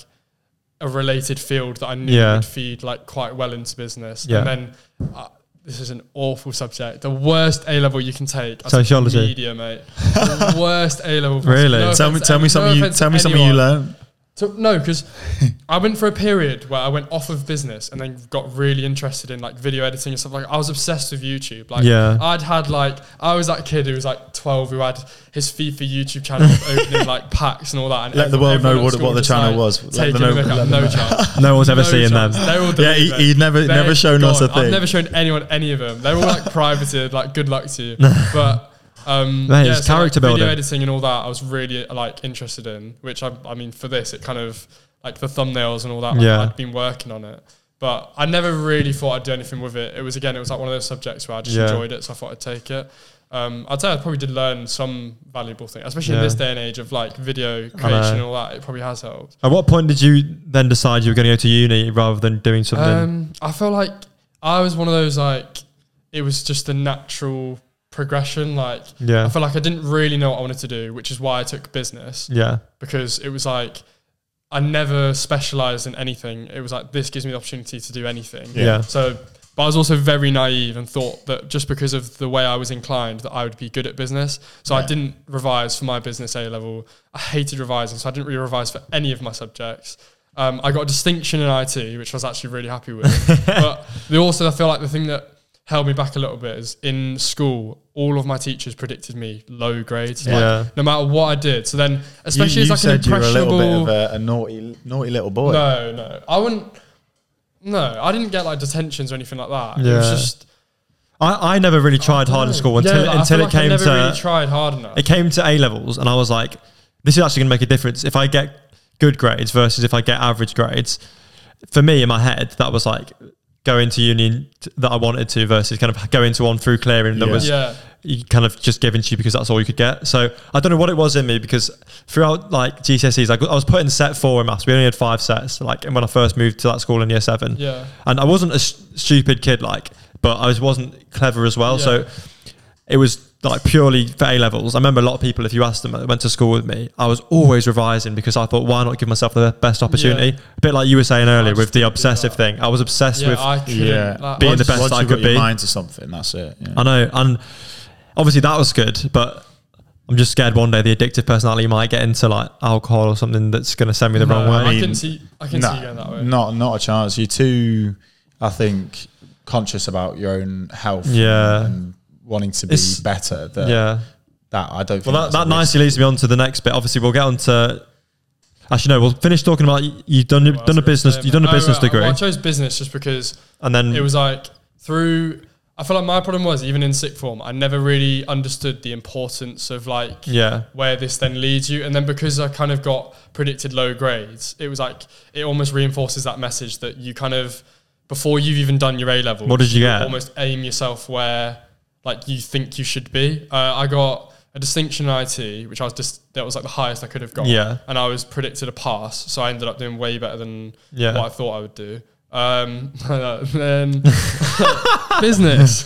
Speaker 3: a related field that I knew
Speaker 1: Yeah.
Speaker 3: would feed like quite well into business.
Speaker 1: Yeah.
Speaker 3: And then uh, this is an awful subject. The worst A level you can take. I took
Speaker 1: Sociology.
Speaker 3: Media, mate. The worst A
Speaker 2: (laughs)
Speaker 3: level.
Speaker 1: Really?
Speaker 2: tell me, tell me something. you, tell me something you learned.
Speaker 3: So, no,
Speaker 2: (laughs)
Speaker 3: because I went for a period where I went off of business and then got really interested in like video editing and stuff. Like I was obsessed with YouTube. Like
Speaker 1: Yeah.
Speaker 3: I'd had like I was that kid who was like twelve who had his FIFA YouTube channel
Speaker 2: (laughs)
Speaker 3: was opening like packs and all that. And
Speaker 2: Let the
Speaker 3: everyone-
Speaker 2: world know
Speaker 3: everyone at
Speaker 2: what-
Speaker 3: school
Speaker 2: what the
Speaker 3: just,
Speaker 2: channel
Speaker 3: like,
Speaker 2: was. Let
Speaker 3: Taking
Speaker 2: them
Speaker 3: a
Speaker 2: know-
Speaker 3: look at
Speaker 2: let
Speaker 3: it. no
Speaker 2: (laughs)
Speaker 3: chance.
Speaker 1: No one's ever seen
Speaker 3: chance.
Speaker 1: them.
Speaker 3: They
Speaker 2: Yeah, e-,
Speaker 3: all delete
Speaker 2: he,
Speaker 3: it.
Speaker 2: he'd never,
Speaker 3: They're
Speaker 2: never shown us a
Speaker 3: gone. I've
Speaker 2: thing.
Speaker 3: never shown anyone any of them. They're all
Speaker 1: (laughs)
Speaker 3: like privated, like good luck to you. But um,
Speaker 1: Mate, it's
Speaker 3: like,
Speaker 1: character building.
Speaker 3: video editing and all that. I was really like interested in, which I, I mean, for this, it kind of like the thumbnails and all that. Like,
Speaker 1: Yeah.
Speaker 3: I'd been working on it, but I never really thought I'd do anything with it. It was again, it was like one of those subjects where I just
Speaker 1: Yeah.
Speaker 3: enjoyed it, so I thought I'd take it. Um, I'd say I probably did learn some valuable thing, especially
Speaker 1: Yeah.
Speaker 3: in this day and age of like video
Speaker 1: I know.
Speaker 3: creation and all that. It probably has helped.
Speaker 1: At what point did you then decide you were going to go to uni rather than doing something?
Speaker 3: Um, I feel like I was one of those like it was just a natural progression. Like I
Speaker 1: yeah,
Speaker 3: feel like I didn't really know what I wanted to do, which is why I took business
Speaker 1: yeah,
Speaker 3: because it was like I never specialized in anything. It was like this gives me the opportunity to do anything.
Speaker 1: yeah,
Speaker 2: Yeah.
Speaker 3: So, but I was also very naive and thought that just because of the way I was inclined, that I would be good at business. So I
Speaker 2: Yeah.
Speaker 3: didn't revise for my business A level. I hated revising, so I didn't really revise for any of my subjects. Um, I got a distinction in IT, which I was actually really happy with. but the, also, I feel like the thing that held me back a little bit is in school, all of my teachers predicted me low grades. like,
Speaker 1: Yeah.
Speaker 3: no matter what I did. So then,
Speaker 2: You,
Speaker 3: especially
Speaker 2: you
Speaker 3: as like
Speaker 2: said
Speaker 3: an
Speaker 2: you were a
Speaker 3: impressionable.
Speaker 2: little bit of a, a naughty, naughty little boy.
Speaker 3: No, no. I wouldn't. No, I didn't get like detentions or anything like that. It was
Speaker 1: Yeah.
Speaker 3: just
Speaker 1: I, I never really tried hard in school until
Speaker 3: Yeah, like, I
Speaker 1: until
Speaker 3: feel
Speaker 1: it
Speaker 3: like I
Speaker 1: came
Speaker 3: never
Speaker 1: to
Speaker 3: really tried hard enough.
Speaker 1: it came to A levels, and I was like, this is actually going to make a difference if I get good grades versus if I get average grades. For me, in my head, that was like going to union that I wanted to versus kind of going to one through clearing that
Speaker 2: Yeah.
Speaker 1: was
Speaker 3: yeah,
Speaker 1: you kind of just given to you because that's all you could get. So I don't know what it was in me because throughout like GCSEs, I, got- I was put in set four in maths. We only had five sets. Like and when I first moved to that school in year seven,
Speaker 3: yeah,
Speaker 1: and I wasn't a s- stupid kid like, but I was, wasn't clever as well.
Speaker 3: Yeah.
Speaker 1: So it was like purely for A levels. I remember a lot of people, if you asked them that went to school with me, I was always revising because I thought, why not give myself the best opportunity? A bit like you were saying earlier
Speaker 3: just
Speaker 1: with the
Speaker 3: didn't do
Speaker 1: obsessive
Speaker 3: that.
Speaker 1: thing. I was obsessed
Speaker 3: yeah.
Speaker 1: with. I,
Speaker 3: I couldn't.
Speaker 2: Yeah.
Speaker 3: Like,
Speaker 1: Being
Speaker 3: I
Speaker 1: the
Speaker 3: just-
Speaker 1: best
Speaker 2: once
Speaker 1: I
Speaker 2: you've
Speaker 1: could
Speaker 2: got your
Speaker 1: be.
Speaker 2: mind to something, that's it. yeah.
Speaker 1: know, and obviously that was good, but. I'm just scared one day the addictive personality might get into like alcohol or something that's going to send me the wrong
Speaker 3: no,
Speaker 1: way.
Speaker 3: I,
Speaker 2: mean,
Speaker 3: can see. I can
Speaker 2: No,
Speaker 3: see you going that way.
Speaker 2: Not not a chance. You're too, I think, conscious about your own health.
Speaker 1: Yeah.
Speaker 2: and wanting to be
Speaker 1: It's-
Speaker 2: better. That,
Speaker 1: yeah.
Speaker 2: that I don't. Think
Speaker 1: Well, that,
Speaker 2: that's a
Speaker 1: that
Speaker 2: risk.
Speaker 1: nicely leads me on to the next bit. Obviously, we'll get on to. Actually, no, we'll finish talking about y- you've done
Speaker 3: Well, I was
Speaker 1: done a
Speaker 3: gonna
Speaker 1: business
Speaker 3: say,
Speaker 1: you've done a
Speaker 3: man. Oh,
Speaker 1: business
Speaker 3: right.
Speaker 1: degree,
Speaker 3: Well, I chose business just because
Speaker 1: and then
Speaker 3: it was like through i feel like my problem was even in sick form i never really understood the importance of like
Speaker 1: Yeah.
Speaker 3: where this then leads you and then because i kind of got predicted low grades it was like it almost reinforces that message that you kind of before you've even done your a level
Speaker 1: What did you get?
Speaker 3: almost aim yourself where like you think you should be uh, i got a distinction in IT, which I was just that was like the highest I could have got.
Speaker 1: Yeah.
Speaker 3: And I was predicted a pass, so I ended up doing way better than
Speaker 1: Yeah.
Speaker 3: what I thought I would do. Um, (laughs) then (laughs) business.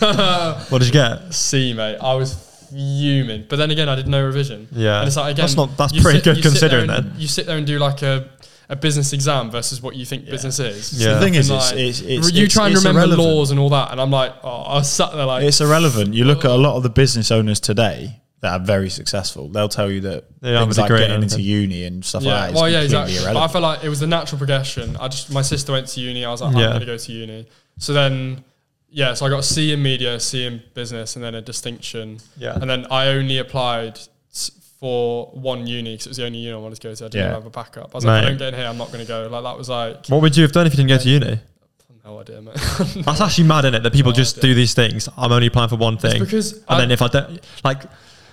Speaker 1: (laughs)
Speaker 3: (laughs)
Speaker 1: what did you get?
Speaker 3: See, mate, I was fuming. But then again, I did no revision.
Speaker 1: Yeah.
Speaker 3: and it's like again,
Speaker 1: That's not- that's
Speaker 3: you
Speaker 1: pretty good
Speaker 3: you there
Speaker 1: considering
Speaker 3: and-
Speaker 1: then.
Speaker 3: you sit there and do like a, a business exam versus what you think business is.
Speaker 1: Yeah.
Speaker 2: The thing is,
Speaker 3: And
Speaker 2: it's,
Speaker 3: like,
Speaker 2: it's, it's
Speaker 3: you
Speaker 2: it's-
Speaker 3: try and
Speaker 2: it's
Speaker 3: remember
Speaker 2: irrelevant.
Speaker 3: laws and all that, and I'm like, oh, I was sat there like,
Speaker 2: It's irrelevant. You look at a lot of the business owners today that are very successful. They'll tell you that
Speaker 1: They haven't
Speaker 2: things like
Speaker 1: agreed on
Speaker 2: getting into
Speaker 1: anything.
Speaker 2: uni and stuff like that is
Speaker 3: well, yeah,
Speaker 2: completely
Speaker 3: exactly. But I
Speaker 2: irrelevant.
Speaker 3: felt like it was the natural progression. I just my sister went to uni. I was like,
Speaker 1: Yeah.
Speaker 3: I'm gonna go to uni. So then, yeah, so I got a C in media, a C in business, and then a distinction.
Speaker 1: Yeah.
Speaker 3: And then I only applied s- for one uni because it was the only uni I wanted to go to. I didn't
Speaker 2: Yeah.
Speaker 3: have a backup. I was like, if
Speaker 1: Mate.
Speaker 3: I don't get in here, I'm not gonna go. Like that was like
Speaker 1: What would you have done if you didn't go to
Speaker 3: (laughs)
Speaker 1: uni?
Speaker 3: no idea, mate. (laughs)
Speaker 1: That's actually mad, isn't it? That people
Speaker 3: No
Speaker 1: just
Speaker 3: idea.
Speaker 1: do these things. I'm only applying for one thing,
Speaker 3: because
Speaker 1: and
Speaker 3: I-
Speaker 1: then if I don't like,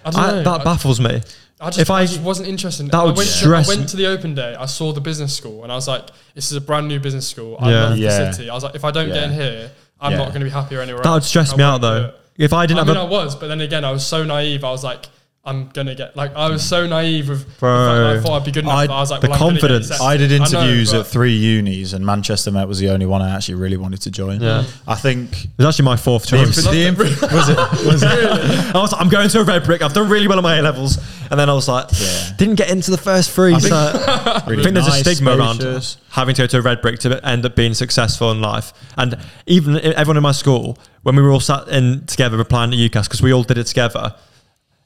Speaker 3: I don't
Speaker 1: I,
Speaker 3: know.
Speaker 1: that
Speaker 3: I-
Speaker 1: baffles me.
Speaker 3: I just,
Speaker 1: If
Speaker 3: I,
Speaker 1: I-
Speaker 3: just wasn't interested. in
Speaker 1: that
Speaker 3: it.
Speaker 1: would
Speaker 3: I went,
Speaker 1: stress
Speaker 3: to, I
Speaker 1: me.
Speaker 3: went to the open day. I saw the business school, and I was like, "This is a brand new business school. I
Speaker 1: Yeah.
Speaker 3: love
Speaker 2: Yeah.
Speaker 3: the city." I was like, "If I don't
Speaker 2: Yeah.
Speaker 3: get in here, I'm
Speaker 2: Yeah.
Speaker 3: not going to be happier anywhere."
Speaker 1: That would
Speaker 3: else.
Speaker 1: stress
Speaker 3: I
Speaker 1: me out
Speaker 3: won't do
Speaker 1: though.
Speaker 3: it."
Speaker 1: If I didn't
Speaker 3: I
Speaker 1: have
Speaker 3: mean,
Speaker 1: a
Speaker 3: I was, but then again, I was so naive. I was like, I'm gonna get like I was so naive with the fact
Speaker 1: Bro.
Speaker 3: that I thought I'd be good enough.
Speaker 1: I-
Speaker 3: that I was like,
Speaker 1: the
Speaker 3: well, I'm gonna get
Speaker 1: confidence.
Speaker 3: accepted.
Speaker 2: I did
Speaker 3: know,
Speaker 2: interviews
Speaker 3: but
Speaker 2: at three unis, and Manchester Met was the only one I actually really wanted to join.
Speaker 1: Yeah.
Speaker 2: I think
Speaker 1: It was actually my fourth choice. (laughs)
Speaker 2: the inf- was it was it
Speaker 1: I was like, I'm going to a red brick. I've done really well on my A levels, and then I was like,
Speaker 2: Yeah.
Speaker 1: didn't get into the first three.
Speaker 2: think-
Speaker 1: so I
Speaker 2: (laughs) really
Speaker 1: think there's a
Speaker 2: nice,
Speaker 1: stigma around
Speaker 2: spacious?
Speaker 1: having to go to a red brick to end up being successful in life. And even i- everyone in my school, when we were all sat in together applying to UCAS, because we all did it together,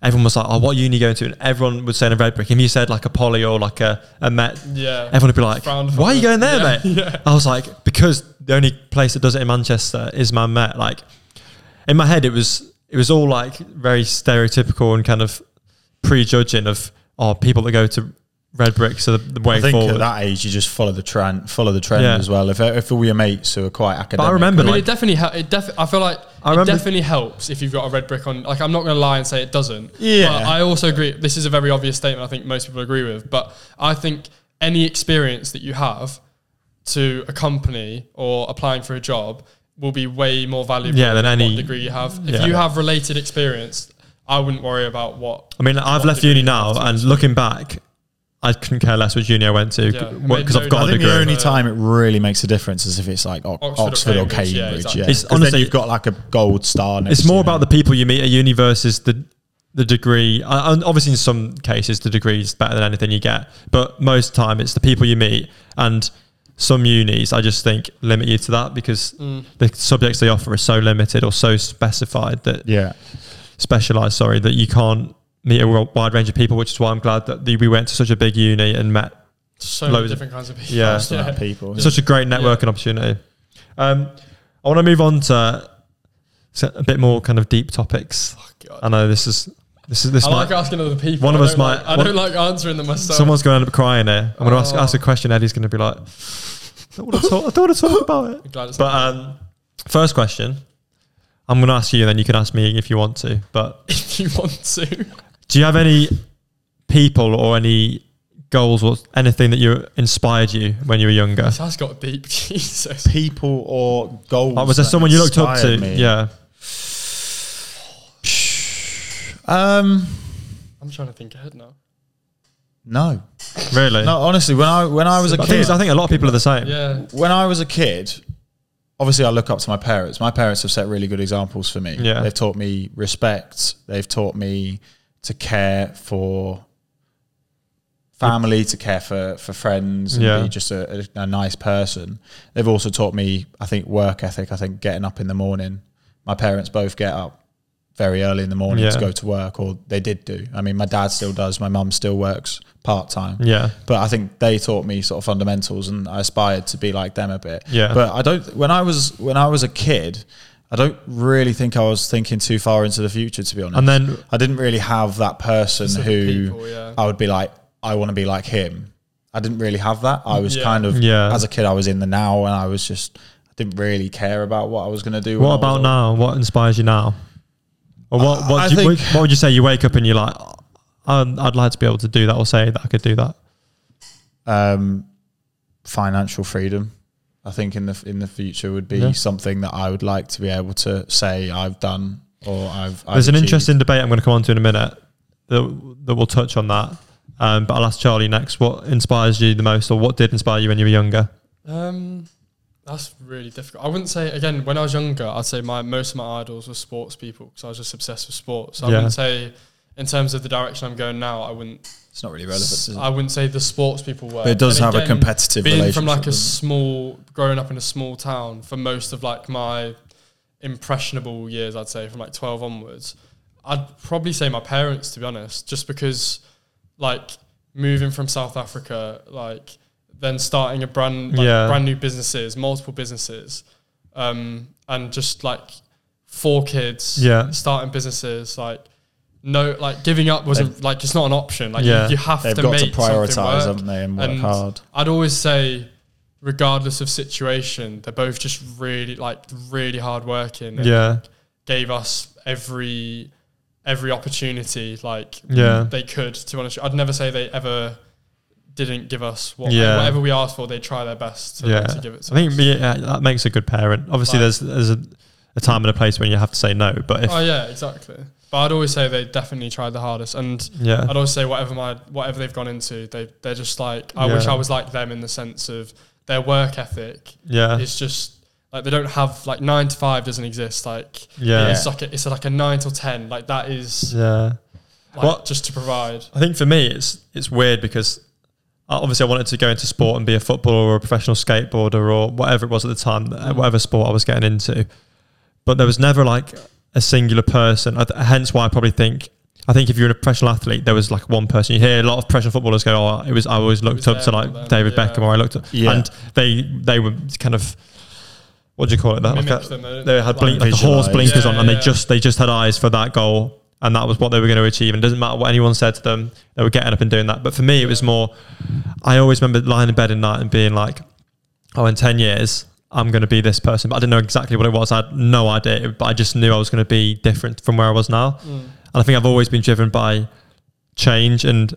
Speaker 1: everyone was like, "Oh, what uni are you going to?" And everyone was saying a red brick. If you said like a poly or like a, a met,
Speaker 3: Yeah.
Speaker 1: everyone would be like,
Speaker 3: Frowned
Speaker 1: "Why are you going
Speaker 3: upon.
Speaker 1: there,
Speaker 3: Yeah.
Speaker 1: mate?"
Speaker 3: Yeah.
Speaker 1: I was like, because the only place that does it in Manchester is Man Met. Like in my head, it was it was all like very stereotypical and kind of prejudging of oh people that go to red bricks are the, the way
Speaker 2: I think
Speaker 1: forward.
Speaker 2: at that age you just follow the trend, follow the trend
Speaker 1: Yeah.
Speaker 2: as well. If if we were mates who are quite academic,
Speaker 1: remember,
Speaker 2: and
Speaker 3: I mean,
Speaker 1: like-
Speaker 3: it definitely. hel- it def- I feel like
Speaker 1: I
Speaker 3: it
Speaker 1: remember-
Speaker 3: definitely helps if you've got a red brick on. Like, I'm not going to lie and say it doesn't.
Speaker 2: Yeah.
Speaker 3: But I also agree. This is a very obvious statement. I think most people agree with. But I think any experience that you have to a company or applying for a job will be way more valuable.
Speaker 1: Yeah, than any-
Speaker 3: what degree you have. If
Speaker 1: Yeah.
Speaker 3: you have related experience, I wouldn't worry about what.
Speaker 1: I mean, I've
Speaker 3: what
Speaker 1: left
Speaker 3: degree
Speaker 1: uni
Speaker 3: you
Speaker 1: now,
Speaker 3: have to
Speaker 1: and looking back, I couldn't care less which uni I went to
Speaker 3: Yeah.
Speaker 1: because I've
Speaker 3: Made
Speaker 1: got
Speaker 3: no
Speaker 1: a
Speaker 2: I think
Speaker 1: degree.
Speaker 2: the only
Speaker 3: Yeah.
Speaker 2: time it really makes a difference is if it's like Ox-
Speaker 3: Oxford or
Speaker 2: Oxford, or
Speaker 3: Cambridge,
Speaker 2: Cambridge.
Speaker 3: yeah,
Speaker 2: Yeah,
Speaker 3: exactly.
Speaker 1: It's
Speaker 2: Because
Speaker 1: honestly-
Speaker 2: then you've got like a gold star. Next
Speaker 1: it's more
Speaker 2: to
Speaker 1: about the people you meet at uni versus the the degree. I- and obviously, in some cases, the degree is better than anything you get, but most time it's the people you meet and some unis. I just think limit you to that because
Speaker 2: Mm.
Speaker 1: the subjects they offer are so limited or so specified that
Speaker 2: you. yeah.
Speaker 1: specialized. Sorry, that you can't meet a wi- wide range of people, which is why I'm glad that the, we went to such a big uni and met
Speaker 3: So many
Speaker 1: Loads of-
Speaker 3: different kinds of people.
Speaker 1: yeah.
Speaker 2: It's about people.
Speaker 1: Such a great networking opportunity. Um, I want to move on to s- a bit more kind of deep topics.
Speaker 3: God.
Speaker 1: I know this is this is this
Speaker 3: I
Speaker 1: might
Speaker 3: like asking other people.
Speaker 1: one of
Speaker 3: I
Speaker 1: us
Speaker 3: don't
Speaker 1: might-
Speaker 3: like- I
Speaker 1: one-
Speaker 3: don't like answering them myself.
Speaker 1: someone's going to end up crying here. I'm going to ask
Speaker 3: Oh.
Speaker 1: ask a question. Eddie's going to be like, I don't want to talk, I don't want to talk about it.
Speaker 3: I'm glad it's
Speaker 1: But um, first question, I'm going to ask you, and then you can ask me if you want to. But
Speaker 3: (laughs) if you want to.
Speaker 1: do you have any people or any goals or anything that you inspired you when you were younger?
Speaker 3: That's got (laughs) deep. Jesus.
Speaker 2: people or goals.
Speaker 1: Like, Oh, was there
Speaker 2: that
Speaker 1: someone you looked up to?
Speaker 2: inspired me?
Speaker 1: Yeah.
Speaker 2: Um.
Speaker 3: I'm trying to think ahead now.
Speaker 2: No.
Speaker 1: Really?
Speaker 2: No. Honestly, when I when I was a
Speaker 1: I think,
Speaker 2: kid,
Speaker 1: I think a lot of people are the same.
Speaker 3: Yeah.
Speaker 2: when I was a kid, obviously I look up to my parents. My parents have set really good examples for me.
Speaker 1: Yeah.
Speaker 2: They've taught me respect. They've taught me to care for family, to care for, for friends, and
Speaker 1: Yeah.
Speaker 2: be just a, a, a nice person. They've also taught me, I think, work ethic. I think getting up in the morning. My parents both get up very early in the morning
Speaker 1: Yeah.
Speaker 2: to go to work, or they did do. I mean, my dad still does. My mum still works part time
Speaker 1: Yeah.
Speaker 2: but I think they taught me sort of fundamentals, and I aspired to be like them a bit.
Speaker 1: Yeah.
Speaker 2: But I don't. When I was when I was a kid, I don't really think I was thinking too far into the future, to be honest.
Speaker 1: And then
Speaker 2: I didn't really have that person
Speaker 3: Specific
Speaker 2: who
Speaker 3: people, yeah.
Speaker 2: I would be like, I want to be like him. I didn't really have that. I was
Speaker 3: Yeah.
Speaker 2: kind of
Speaker 1: Yeah.
Speaker 2: as a kid, I was in the now, and I was just I didn't really care about what I was going to do. when
Speaker 1: What
Speaker 2: I was
Speaker 1: about
Speaker 2: older.
Speaker 1: now? What inspires you now? Or what?
Speaker 2: I
Speaker 1: What, do you,
Speaker 2: think-
Speaker 1: what would you say? You wake up and you're like, um, I'd like to be able to do that, or say that I could do that.
Speaker 2: um, financial freedom. I think in the in the future would be
Speaker 1: Yeah.
Speaker 2: something that I would like to be able to say I've done or I've. I've
Speaker 1: There's an
Speaker 2: achieved.
Speaker 1: interesting debate I'm going to come on to in a minute that that will touch on that. Um, but I'll ask Charlie next. What inspires you the most, or what did inspire you when you were younger?
Speaker 3: Um, that's really difficult. I wouldn't say again. When I was younger, I'd say my most of my idols were sports people because I was just obsessed with sports. So I
Speaker 1: Yeah.
Speaker 3: wouldn't say in terms of the direction I'm going now. I wouldn't.
Speaker 2: It's not really relevant. Is it?
Speaker 3: I wouldn't say the sports people were.
Speaker 2: But it does
Speaker 3: And
Speaker 2: have a
Speaker 3: again,
Speaker 2: competitive
Speaker 3: being
Speaker 2: relationship.
Speaker 3: from like a
Speaker 2: doesn't it?
Speaker 3: small growing up in a small town for most of like my impressionable years i'd say from like 12 onwards i'd probably say my parents to be honest just because like moving from south africa like then starting a brand like,
Speaker 1: Yeah.
Speaker 3: brand new businesses multiple businesses um and just like four kids
Speaker 1: Yeah.
Speaker 3: starting businesses like no like giving up wasn't like it's not an option like
Speaker 1: Yeah.
Speaker 3: you, you have
Speaker 2: They've
Speaker 3: to
Speaker 2: got to
Speaker 3: make something
Speaker 2: prioritize,
Speaker 3: work.
Speaker 2: haven't they, and work
Speaker 3: And
Speaker 2: hard.
Speaker 3: I'd always say, regardless of situation, they're both just really like really hard working. and
Speaker 1: Yeah,
Speaker 3: Gave us every every opportunity like
Speaker 1: Yeah.
Speaker 3: they could to honest. I'd never say they ever didn't give us what
Speaker 1: Yeah.
Speaker 3: whatever we asked for, they try their best to,
Speaker 1: yeah.
Speaker 3: to give it to
Speaker 1: I think
Speaker 3: us.
Speaker 1: yeah, that makes a good parent. Obviously,
Speaker 3: Like-
Speaker 1: there's there's a, a time and a place when you have to say no. But if
Speaker 3: oh yeah, exactly. But I'd always say they definitely tried the hardest, and
Speaker 1: yeah,
Speaker 3: I'd always say whatever my whatever they've gone into, they they're just like I wish
Speaker 1: Yeah.
Speaker 3: I was like them in the sense of their work ethic
Speaker 1: yeah,
Speaker 3: is just like they don't have like nine to five doesn't exist. Like
Speaker 1: yeah,
Speaker 3: it's like a, it's like a nine till ten. Like that is
Speaker 1: yeah.
Speaker 3: like,
Speaker 1: What-
Speaker 3: just to provide.
Speaker 1: I think for me, it's it's weird because uh, obviously I wanted to go into sport and be a footballer or a professional skateboarder or whatever it was at the time,
Speaker 3: Mm.
Speaker 1: uh, whatever sport I was getting into. But there was never like a singular person. I th- Hence why I probably think I think if you're a professional athlete, there was like one person. You hear a lot of professional footballers go, "Oh, it was I always looked
Speaker 3: was
Speaker 1: up to
Speaker 3: them,
Speaker 1: like
Speaker 3: them,
Speaker 1: David
Speaker 3: yeah.
Speaker 1: Beckham or I looked up,"
Speaker 2: Yeah.
Speaker 1: and they they were kind of what do you call it? That like
Speaker 3: Mimic
Speaker 1: a-
Speaker 3: them, don't
Speaker 1: they had
Speaker 3: like-
Speaker 1: blink, like the horse
Speaker 2: Visualise.
Speaker 1: blinkers
Speaker 3: Yeah,
Speaker 1: on, and
Speaker 3: yeah.
Speaker 1: they just they just had eyes for that goal, and that was what they were going to achieve. And it doesn't matter what anyone said to them, they were getting up and doing that. But for me, it was more. I always remember lying in bed at night and being like, "Oh, in ten years, I'm going to be this person," but I didn't know exactly what it was. I had no idea, but I just knew I was going to be different from where I was now.
Speaker 3: Mm.
Speaker 1: And I think I've always been driven by change and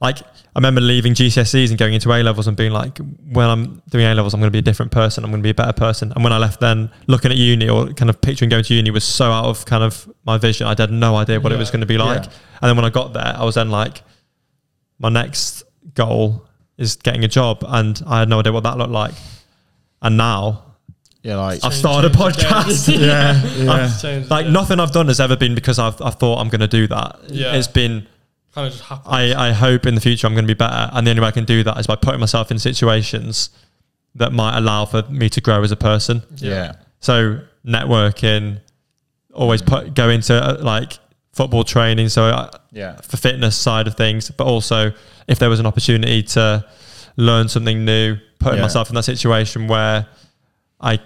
Speaker 1: like I remember leaving GCSEs and going into A levels and being like, when I'm doing A levels, I'm going to be a different person. I'm going to be a better person. And when I left, then looking at uni or kind of picturing going to uni was so out of kind of my vision. I had no idea what it
Speaker 3: Yeah.
Speaker 1: was going to be like.
Speaker 2: Yeah.
Speaker 1: And then when I got there, I was then like, my next goal is getting a job, and I had no idea what that looked like. And now
Speaker 2: Yeah, like
Speaker 1: I've started a
Speaker 3: Change again.
Speaker 1: podcast.
Speaker 3: (laughs)
Speaker 2: yeah, yeah.
Speaker 3: It's changed,
Speaker 1: Like
Speaker 3: yeah.
Speaker 1: nothing I've done has ever been because I've, I've thought I'm going to do that.
Speaker 3: Yeah.
Speaker 1: It's been
Speaker 3: kind of just happened.
Speaker 1: I, I hope in the future I'm going to be better. And the only way I can do that is by putting myself in situations that might allow for me to grow as a person.
Speaker 2: yeah,
Speaker 1: So networking, always put go into uh, like football training. So I,
Speaker 2: yeah,
Speaker 1: for fitness side of things, but also if there was an opportunity to learn something new, putting
Speaker 2: Yeah.
Speaker 1: myself in that situation where I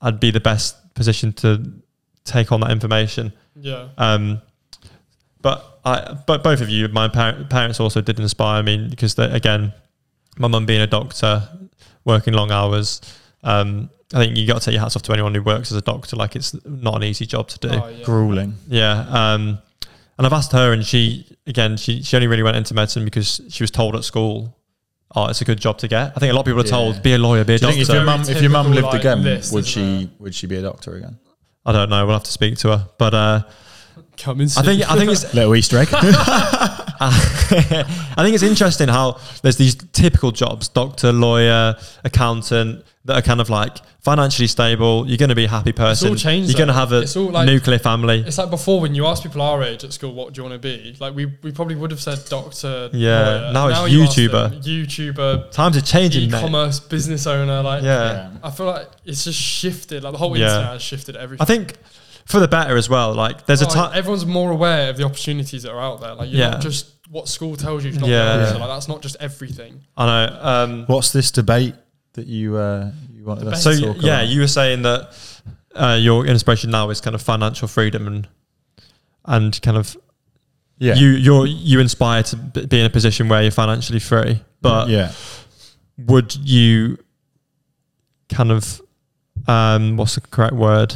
Speaker 1: I'd be the best position to take on that information.
Speaker 3: yeah.
Speaker 1: Um, but I, but both of you, my par- parents also did inspire me because they, again, my mum being a doctor, working long hours. Um, I think you got to take your hats off to anyone who works as a doctor. Like it's not an easy job to do.
Speaker 3: Oh, yeah.
Speaker 2: grueling.
Speaker 1: Yeah. Um, and I've asked her, and she again, she she only really went into medicine because she was told at school, "Oh, it's a good job to get." I think a lot of people are told,
Speaker 2: Yeah.
Speaker 1: "Be a lawyer, be a
Speaker 2: Do you think if
Speaker 1: doctor."
Speaker 2: your mum if your mum
Speaker 3: Typical,
Speaker 2: lived
Speaker 3: like,
Speaker 2: again,
Speaker 3: list,
Speaker 2: would
Speaker 3: isn't
Speaker 2: she would she be a doctor again?
Speaker 1: I don't know. We'll have to speak to her, but uh,
Speaker 3: Coming
Speaker 1: I
Speaker 3: soon.
Speaker 1: think I think it's
Speaker 2: Little Easter (laughs) egg.
Speaker 1: (laughs) I think it's interesting how there's these typical jobs doctor, lawyer, accountant that are kind of like financially stable. You're going to be a happy person.
Speaker 3: changed,
Speaker 1: You're going to
Speaker 3: though.
Speaker 1: have a
Speaker 3: It's all like-
Speaker 1: nuclear family.
Speaker 3: (laughs) It's like before when you ask people our age at school, what do you want to be? Like we, we probably would have said doctor.
Speaker 1: Yeah,
Speaker 3: lawyer.
Speaker 1: now it's
Speaker 3: you ask
Speaker 1: YouTuber.
Speaker 3: them, YouTuber,
Speaker 1: Times are changing, mate.
Speaker 3: e-commerce business owner. Like
Speaker 1: Yeah.
Speaker 3: I feel like it's just shifted. Like the whole
Speaker 1: Yeah.
Speaker 3: internet has shifted everything.
Speaker 1: I think for the better as well. Like there's a
Speaker 3: Like,
Speaker 1: time.
Speaker 3: everyone's more aware of the opportunities that are out there. Like you're
Speaker 1: Yeah.
Speaker 3: not just what school tells you. to Not
Speaker 1: Yeah.
Speaker 3: yeah.
Speaker 2: Yeah.
Speaker 3: Like that's not just everything.
Speaker 1: I know. Um,
Speaker 2: What's this debate that you uh, you wanted us
Speaker 1: so
Speaker 2: to talk
Speaker 1: yeah,
Speaker 2: about?
Speaker 1: you were saying that uh, your inspiration now is kind of financial freedom and and kind of
Speaker 2: yeah,
Speaker 1: you you're you inspire to b- be in a position where you're financially free, but
Speaker 2: yeah,
Speaker 1: would you kind of um what's the correct word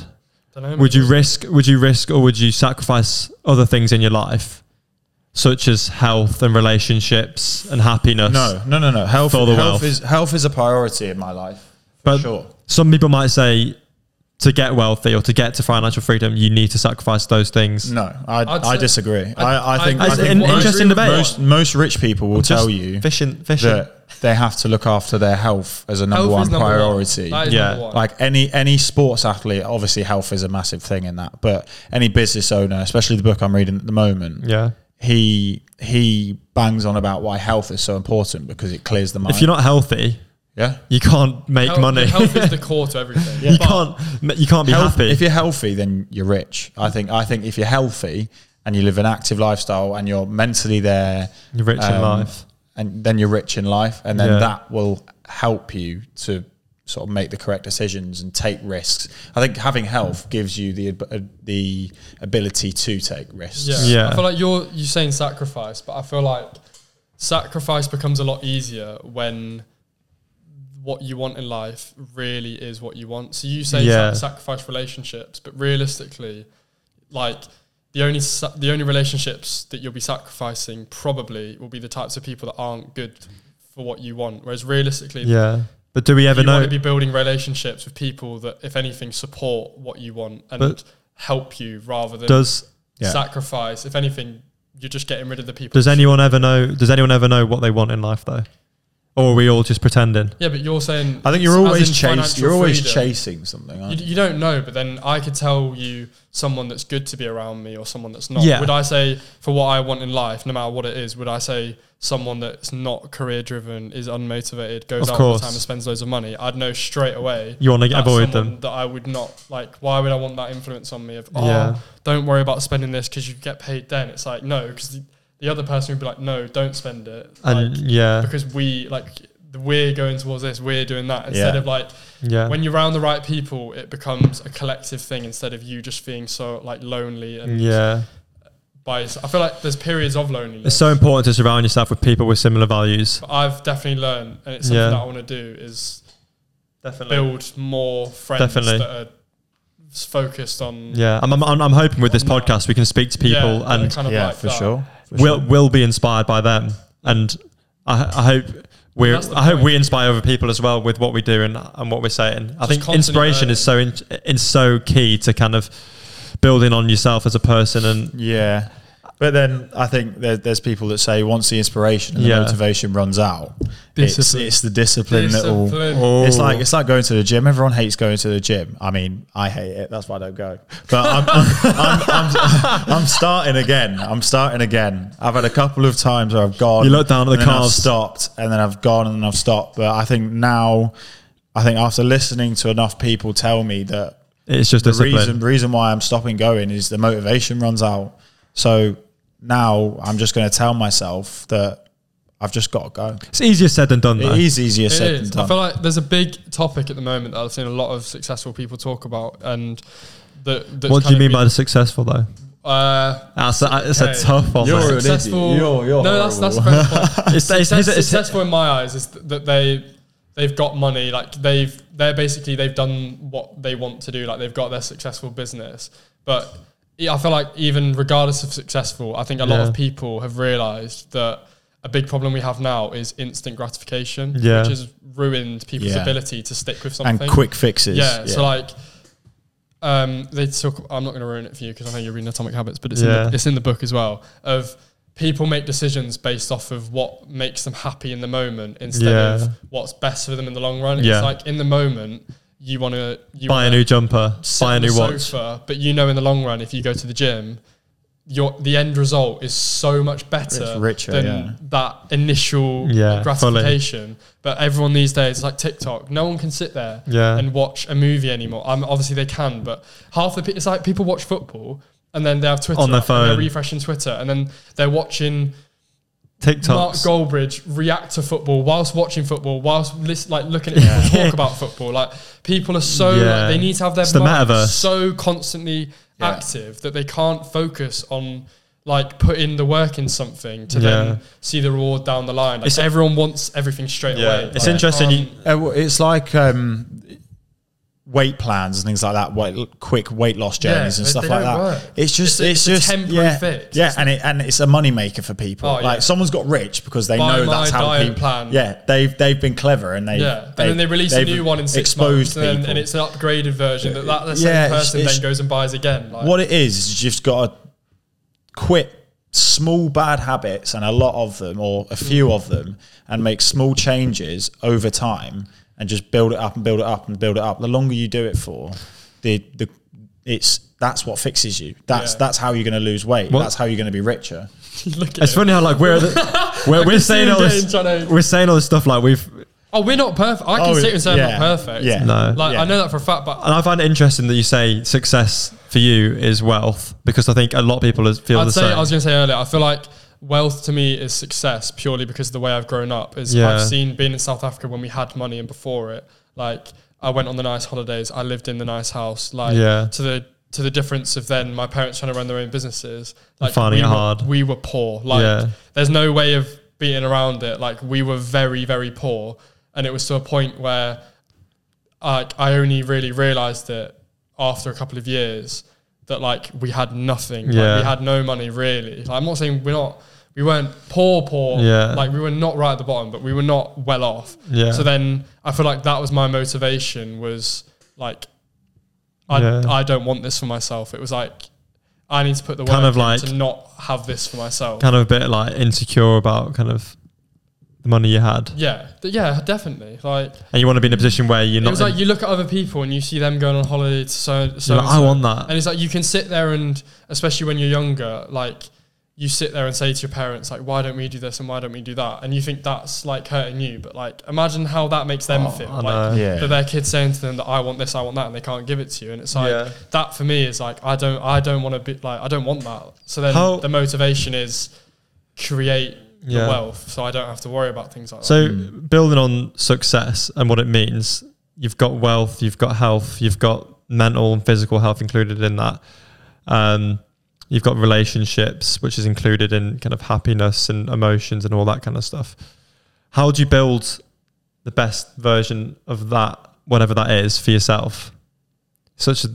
Speaker 3: Dunno,
Speaker 1: would
Speaker 3: maybe
Speaker 1: you risk would you risk or would you sacrifice other things in your life such as health and relationships and happiness
Speaker 2: no, no, no, no. Health,
Speaker 1: For the
Speaker 2: health
Speaker 1: wealth.
Speaker 2: is health is a priority in my life. For
Speaker 1: But-
Speaker 2: sure.
Speaker 1: some people might say to get wealthy or to get to financial freedom you need to sacrifice those things
Speaker 2: No, I
Speaker 3: I'd
Speaker 2: I
Speaker 3: say-
Speaker 2: disagree.
Speaker 3: I-
Speaker 2: I, I,
Speaker 3: I-
Speaker 2: think,
Speaker 3: I-
Speaker 2: I
Speaker 1: it's
Speaker 2: think
Speaker 1: an
Speaker 2: most-
Speaker 1: interesting debate.
Speaker 2: Most most rich people will
Speaker 1: Just
Speaker 2: tell you
Speaker 1: fishing fishing
Speaker 2: that they have to look after their health as a number
Speaker 3: Health
Speaker 2: one
Speaker 3: is number
Speaker 2: priority.
Speaker 3: That is
Speaker 1: Yeah.
Speaker 3: number one.
Speaker 2: like any any sports athlete, obviously health is a massive thing in that. But any business owner, especially the book I'm reading at the moment,
Speaker 1: yeah
Speaker 2: he he bangs on about why health is so important because it clears the mind.
Speaker 1: if you're not healthy
Speaker 2: yeah,
Speaker 1: you can't make
Speaker 3: Health-
Speaker 1: money
Speaker 3: Health is the core to everything.
Speaker 1: (laughs) you
Speaker 3: But
Speaker 1: can't you can't be
Speaker 2: Health-
Speaker 1: happy
Speaker 2: if you're healthy, then you're rich. I think I think if you're healthy and you live an active lifestyle and you're mentally there,
Speaker 1: you're rich in
Speaker 2: um,
Speaker 1: life
Speaker 2: and then you're rich in life, and then
Speaker 1: Yeah.
Speaker 2: that will help you to sort of make the correct decisions and take risks. I think having health gives you the ab- uh, the ability to take risks.
Speaker 3: Yeah.
Speaker 1: Yeah.
Speaker 3: I feel like you're you're saying sacrifice, but I feel like sacrifice becomes a lot easier when what you want in life really is what you want. So you say
Speaker 1: Yeah.
Speaker 3: sa- sacrifice relationships, but realistically, like the only sa- the only relationships that you'll be sacrificing probably will be the types of people that aren't good for what you want. Whereas realistically,
Speaker 1: yeah But do we ever
Speaker 3: you
Speaker 1: know?
Speaker 3: want to be building relationships with people that, if anything, support what you want and
Speaker 1: But-
Speaker 3: help you rather than
Speaker 1: does
Speaker 2: Yeah.
Speaker 3: sacrifice. If anything, you're just getting rid of the people.
Speaker 1: does
Speaker 3: that-
Speaker 1: anyone ever know? Does anyone ever know what they want in life though? Or are we all just pretending?
Speaker 3: Yeah, but you're saying.
Speaker 2: I think you're
Speaker 3: as
Speaker 2: always
Speaker 3: in
Speaker 2: chasing.
Speaker 3: financial
Speaker 2: You're always
Speaker 3: freedom.
Speaker 2: chasing something. Aren't
Speaker 3: You,
Speaker 2: you?
Speaker 3: you don't know, but then I could tell you someone that's good to be around me or someone that's not.
Speaker 1: Yeah.
Speaker 3: Would I say for what I want in life, no matter what it is, would I say someone that's not career driven, is unmotivated,
Speaker 1: Of
Speaker 3: goes out all
Speaker 1: course.
Speaker 3: the time and spends loads of money? I'd know straight away.
Speaker 1: You want to
Speaker 3: that's
Speaker 1: avoid
Speaker 3: someone
Speaker 1: them.
Speaker 3: That I would not like. Why would I want that influence on me? Of oh,
Speaker 1: Yeah.
Speaker 3: don't worry about spending this because you get paid then. It's like no, because the, the other person would be like, no, don't spend it.
Speaker 1: And
Speaker 3: like,
Speaker 1: yeah,
Speaker 3: because we like we're going towards this, we're doing that instead
Speaker 2: Yeah.
Speaker 3: of like
Speaker 1: yeah.
Speaker 3: when you're around the right people, it becomes a collective thing instead of you just being so like lonely and
Speaker 1: yeah.
Speaker 3: by. yourself. I feel like there's periods of loneliness.
Speaker 1: It's so important to surround yourself with people with similar values.
Speaker 3: But I've definitely learned, and it's something
Speaker 1: Yeah.
Speaker 3: that I want to do is
Speaker 1: Definitely.
Speaker 3: build more friends
Speaker 1: Definitely.
Speaker 3: that are s- focused on
Speaker 1: Yeah, I'm, I'm, I'm I'm hoping with this
Speaker 3: No.
Speaker 1: podcast we can speak to
Speaker 3: Yeah,
Speaker 1: people
Speaker 3: that are
Speaker 1: and
Speaker 3: kind of
Speaker 2: yeah,
Speaker 3: like
Speaker 2: for
Speaker 3: that.
Speaker 2: sure. for
Speaker 1: we'll,
Speaker 2: sure.
Speaker 1: we'll be inspired by them. And I, I hope we're
Speaker 3: That's the
Speaker 1: I hope
Speaker 3: point.
Speaker 1: we inspire other people as well with what we do and, and what we're saying. I
Speaker 3: Just
Speaker 1: think
Speaker 3: constantly
Speaker 1: inspiration is so in, is so key to kind of building on yourself as a person and
Speaker 2: Yeah. But then I think there, there's people that say once the inspiration and
Speaker 1: Yeah.
Speaker 2: the motivation runs out, it's,
Speaker 3: Discipline.
Speaker 2: it's the discipline, that will.
Speaker 3: Discipline.
Speaker 2: It's like it's like going to the gym. Everyone hates going to the gym. I mean, I hate it. That's why I don't go. But I'm I'm, I'm, I'm, (laughs) I'm starting again. I'm starting again. I've had a couple of times where I've gone.
Speaker 1: You look down at the
Speaker 2: and then I've
Speaker 1: calves.
Speaker 2: stopped, and then I've gone, and then I've stopped. But I think now, I think after listening to enough people tell me that
Speaker 1: it's just
Speaker 2: the
Speaker 1: discipline.
Speaker 2: reason reason why I'm stopping going is the motivation runs out. So now I'm just going to tell myself that I've just got to go.
Speaker 1: It's easier said than done. Though.
Speaker 2: It is easier said
Speaker 3: It
Speaker 2: than
Speaker 3: is.
Speaker 2: done.
Speaker 3: I feel like there's a big topic at the moment that I've seen a lot of successful people talk about, and that. that's
Speaker 1: What do
Speaker 3: kind
Speaker 1: you
Speaker 3: of
Speaker 1: mean by
Speaker 3: been-
Speaker 1: the successful though?
Speaker 3: Uh,
Speaker 1: That's a, it's
Speaker 3: Okay.
Speaker 1: a tough one.
Speaker 2: You're
Speaker 1: mate.
Speaker 2: an idiot.
Speaker 3: successful.
Speaker 2: You're- you're
Speaker 3: no, that's that's the
Speaker 2: (laughs) horrible.
Speaker 3: best point.
Speaker 1: It's, it's,
Speaker 3: Success-
Speaker 1: it's, it's,
Speaker 3: successful in my eyes is th- that they they've got money, like they've they're basically they've done what they want to do, like they've got their successful business. But yeah, I feel like even regardless of successful, I think a lot
Speaker 1: Yeah.
Speaker 3: of people have realised that a big problem we have now is instant gratification,
Speaker 1: Yeah.
Speaker 3: which has ruined people's
Speaker 2: Yeah.
Speaker 3: ability to stick with
Speaker 2: and
Speaker 3: something
Speaker 2: quick fixes.
Speaker 3: yeah, So like, um, they talk. I'm not going to ruin it for you because I know you're reading Atomic Habits, but it's in
Speaker 1: Yeah.
Speaker 3: the, it's in the book as well. Of people make decisions based off of what makes them happy in the moment instead
Speaker 1: Yeah.
Speaker 3: of what's best for them in the long run.
Speaker 1: Yeah.
Speaker 3: It's like in the moment you want to you
Speaker 1: buy a
Speaker 3: wanna
Speaker 1: new jumper,
Speaker 3: sit
Speaker 1: buy a
Speaker 3: on the
Speaker 1: new watch.
Speaker 3: sofa, but you know in the long run if you go to the gym. Your, the end result is so much better
Speaker 2: It's richer,
Speaker 3: than
Speaker 2: yeah.
Speaker 3: that initial
Speaker 1: Yeah,
Speaker 3: gratification. But everyone these days, like TikTok, no one can sit there
Speaker 1: Yeah.
Speaker 3: and watch a movie anymore. Um, obviously they can, but half the pe- it's like people watch football and then they have Twitter
Speaker 1: On their
Speaker 3: up and
Speaker 1: phone.
Speaker 3: they're refreshing Twitter, and then they're watching Mark
Speaker 1: TikToks.
Speaker 3: Goldbridge react to football whilst watching football, whilst lis- like looking at people talk about football. Like people are so like,
Speaker 1: Yeah.
Speaker 3: they need to have their
Speaker 1: It's the
Speaker 3: minds
Speaker 1: metaverse.
Speaker 3: so constantly
Speaker 2: Yeah.
Speaker 3: active that they can't focus on like putting the work in something to
Speaker 1: Yeah.
Speaker 3: then see the reward down the line. Like
Speaker 1: It's-
Speaker 3: everyone wants everything straight
Speaker 1: Yeah.
Speaker 3: away.
Speaker 1: It's
Speaker 3: Like, um,
Speaker 1: interesting you-
Speaker 2: Uh, well, it's like um, weight plans and things like that. Weight, quick weight loss journeys
Speaker 3: Yeah,
Speaker 2: and
Speaker 3: they-
Speaker 2: stuff
Speaker 3: they
Speaker 2: like
Speaker 3: don't
Speaker 2: that.
Speaker 3: work.
Speaker 2: It's just, it's,
Speaker 3: It's a- it's a
Speaker 2: just
Speaker 3: temporary
Speaker 2: yeah,
Speaker 3: fix.
Speaker 2: Yeah, and it and it's a moneymaker for people.
Speaker 3: Oh,
Speaker 2: like
Speaker 3: yeah.
Speaker 2: someone's got rich because they
Speaker 3: Buy
Speaker 2: know
Speaker 3: my
Speaker 2: that's how
Speaker 3: diet
Speaker 2: people.
Speaker 3: plan.
Speaker 2: Yeah, they've they've been clever and they
Speaker 3: Yeah, and then they release a new one in six
Speaker 2: exposed
Speaker 3: months, and, then-
Speaker 2: people.
Speaker 3: and it's an upgraded version that that the same
Speaker 2: Yeah, it's-
Speaker 3: person
Speaker 2: it's-
Speaker 3: then goes and buys again. Like,
Speaker 2: what it is is you've just got to quit small bad habits and a lot of them or a few of them and make small changes over time and just build it up and build it up and build it up the longer you do it for the the it's that's what fixes you that's
Speaker 3: Yeah.
Speaker 2: that's how you're going to lose weight
Speaker 1: What-
Speaker 2: that's how you're going to be richer
Speaker 3: (laughs) Look at
Speaker 1: It's
Speaker 3: it.
Speaker 1: funny how like
Speaker 3: (laughs)
Speaker 1: we're the, we're, we're saying
Speaker 3: him
Speaker 1: all this
Speaker 3: getting trying to-
Speaker 1: we're saying all this stuff like we've
Speaker 3: Oh, we're not perfect. I can
Speaker 2: Oh,
Speaker 3: sit here and say I'm
Speaker 2: yeah,
Speaker 3: not perfect.
Speaker 2: yeah.
Speaker 1: No.
Speaker 3: Like
Speaker 2: Yeah.
Speaker 3: I know that for a fact, but
Speaker 1: And I find it interesting that you say success for you is wealth because I think a lot of people is- feel
Speaker 3: I'd
Speaker 1: the
Speaker 3: say
Speaker 1: same.
Speaker 3: I was going to say earlier. I feel like wealth to me is success purely because of the way I've grown up. Is
Speaker 1: Yeah.
Speaker 3: I've seen being in South Africa when we had money and before it, like I went on the nice holidays, I lived in the nice house, like
Speaker 1: Yeah.
Speaker 3: to the to the difference of then my parents trying to run their own businesses, like
Speaker 1: finding
Speaker 3: we
Speaker 1: it
Speaker 3: were-
Speaker 1: hard.
Speaker 3: we were poor. Like
Speaker 1: Yeah.
Speaker 3: there's no way of beating around it. Like we were very very poor, and it was to a point where like I only really realized it after a couple of years that like we had nothing. Like,
Speaker 1: Yeah.
Speaker 3: we had no money really. Like, I'm not saying we're not we weren't poor, poor.
Speaker 1: Yeah.
Speaker 3: Like we were not right at the bottom, but we were not well off.
Speaker 1: Yeah.
Speaker 3: So then I feel like that was my motivation was like, I,
Speaker 1: Yeah.
Speaker 3: I don't want this for myself. It was like, I need to put the work
Speaker 1: Kind of
Speaker 3: in
Speaker 1: like-
Speaker 3: to not have this for myself.
Speaker 1: kind of a bit like insecure about kind of the money you had,
Speaker 3: yeah. Th- Yeah, definitely. Like,
Speaker 1: and you want to be in a position where you're
Speaker 3: it
Speaker 1: not.
Speaker 3: was
Speaker 1: in-
Speaker 3: like you look at other people and you see them going on holiday to so so.
Speaker 1: you're like, I want that.
Speaker 3: And it's like you can sit there and, especially when you're younger, like you sit there and say to your parents, like, why don't we do this and why don't we do that? And you think that's like hurting you, but like imagine how that makes them
Speaker 1: Oh,
Speaker 3: feel.
Speaker 1: I
Speaker 3: Like
Speaker 1: know.
Speaker 2: Yeah.
Speaker 3: that their kids saying to them that I want this, I want that, and they can't give it to you. And it's like
Speaker 1: Yeah.
Speaker 3: that for me is like I don't, I don't want to be like I don't want that. So then
Speaker 1: How-
Speaker 3: the motivation is create
Speaker 1: Yeah.
Speaker 3: the wealth, so I don't have to worry about things like that.
Speaker 1: So
Speaker 2: Mm.
Speaker 1: building on success and what it means, you've got wealth, you've got health, you've got mental and physical health included in that. Um, you've got relationships, which is included in kind of happiness and emotions and all that kind of stuff. How do you build the best version of that, whatever that is, for yourself? Such a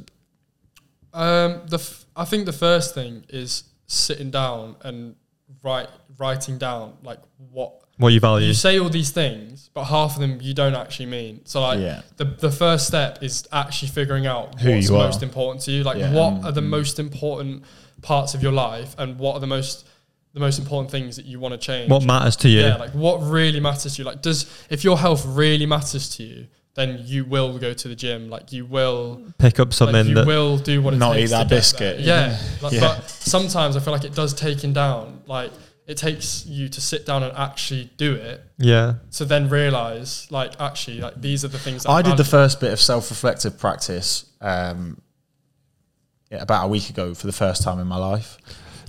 Speaker 3: Um, the f- I think the first thing is sitting down and write writing down like what
Speaker 1: what you value.
Speaker 3: you say all these things, but half of them you don't actually mean. So like
Speaker 2: Yeah.
Speaker 3: the the first step is actually figuring out
Speaker 2: Who
Speaker 3: what's
Speaker 2: you are.
Speaker 3: most important to you. Like
Speaker 2: Yeah. Mm-hmm.
Speaker 3: what are the most important parts of your life, and what are the most the most important things that you want to change.
Speaker 1: what matters to you?
Speaker 3: Yeah, like what really matters to you. Like, does if your health really matters to you, then you will go to the gym. Like, you will
Speaker 1: Pick up
Speaker 3: like,
Speaker 1: something
Speaker 3: you
Speaker 1: that
Speaker 3: will do what it
Speaker 2: Not
Speaker 3: takes
Speaker 2: eat that
Speaker 3: to get
Speaker 2: biscuit.
Speaker 3: there.
Speaker 2: (laughs)
Speaker 3: Yeah, like,
Speaker 2: Yeah.
Speaker 3: but sometimes I feel like it does taking down. Like it takes you to sit down and actually do it,
Speaker 1: yeah.
Speaker 3: to then realize like actually like these are the things. That
Speaker 2: I did the
Speaker 3: matter.
Speaker 2: first bit of self-reflective practice um, yeah, about a week ago for the first time in my life.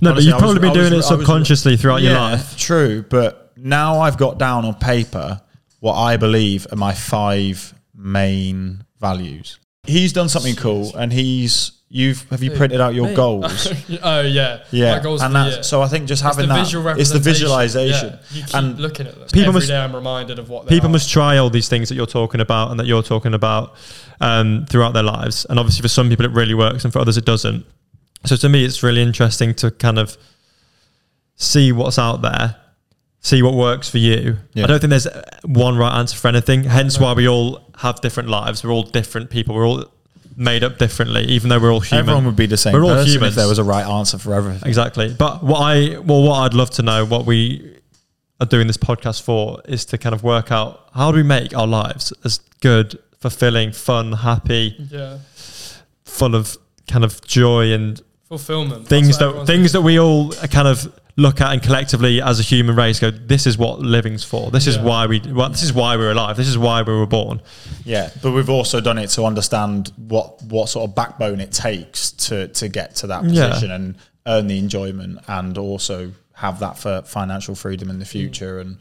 Speaker 1: No, but
Speaker 2: Honestly, I
Speaker 1: you've probably
Speaker 2: was-
Speaker 1: been
Speaker 2: I was-
Speaker 1: doing
Speaker 2: I
Speaker 1: it
Speaker 2: was-
Speaker 1: subconsciously throughout your
Speaker 2: Yeah,
Speaker 1: life.
Speaker 2: True, but now I've got down on paper what I believe are my five main values. He's done something cool, and he's you've have you printed out your
Speaker 3: Mate. (laughs)
Speaker 2: goals?
Speaker 3: oh yeah,
Speaker 2: Yeah,
Speaker 3: My goals
Speaker 2: and
Speaker 3: for the
Speaker 2: that's
Speaker 3: year.
Speaker 2: so I think just
Speaker 3: It's
Speaker 2: having
Speaker 3: the
Speaker 2: that
Speaker 3: visual
Speaker 2: it's the
Speaker 3: representation.
Speaker 2: visualization,
Speaker 3: Yeah, you keep
Speaker 2: and
Speaker 3: looking at them.
Speaker 1: People
Speaker 3: Every
Speaker 1: must-
Speaker 3: day I'm reminded of what they
Speaker 1: people
Speaker 3: are.
Speaker 1: must try all these things that you're talking about and that you're talking about um, throughout their lives. And obviously, for some people, it really works, and for others, it doesn't. So to me, it's really interesting to kind of see what's out there, see what works for you.
Speaker 2: Yeah.
Speaker 1: I don't think there's uh, one right answer for anything. Hence, why we all have different lives. We're all different people. We're all made up differently, even though we're all human.
Speaker 2: everyone would be the same.
Speaker 1: We're all
Speaker 2: person
Speaker 1: humans.
Speaker 2: if there was a right answer for everything.
Speaker 1: Exactly. But what I well, what I'd love to know, what we are doing this podcast for, is to kind of work out how do we make our lives as good, fulfilling, fun, happy,
Speaker 3: yeah
Speaker 1: full of kind of joy and
Speaker 3: fulfillment
Speaker 1: things
Speaker 3: That's what
Speaker 1: that
Speaker 3: everyone's
Speaker 1: things that we all kind of look at and collectively as a human race go. This is what living's for. This is
Speaker 3: Yeah.
Speaker 1: why we. Well, this is why we're alive. This is why we were born.
Speaker 2: Yeah, but we've also done it to understand what what sort of backbone it takes to to get to that
Speaker 1: Yeah.
Speaker 2: position and earn the enjoyment and also have that for financial freedom in the future. And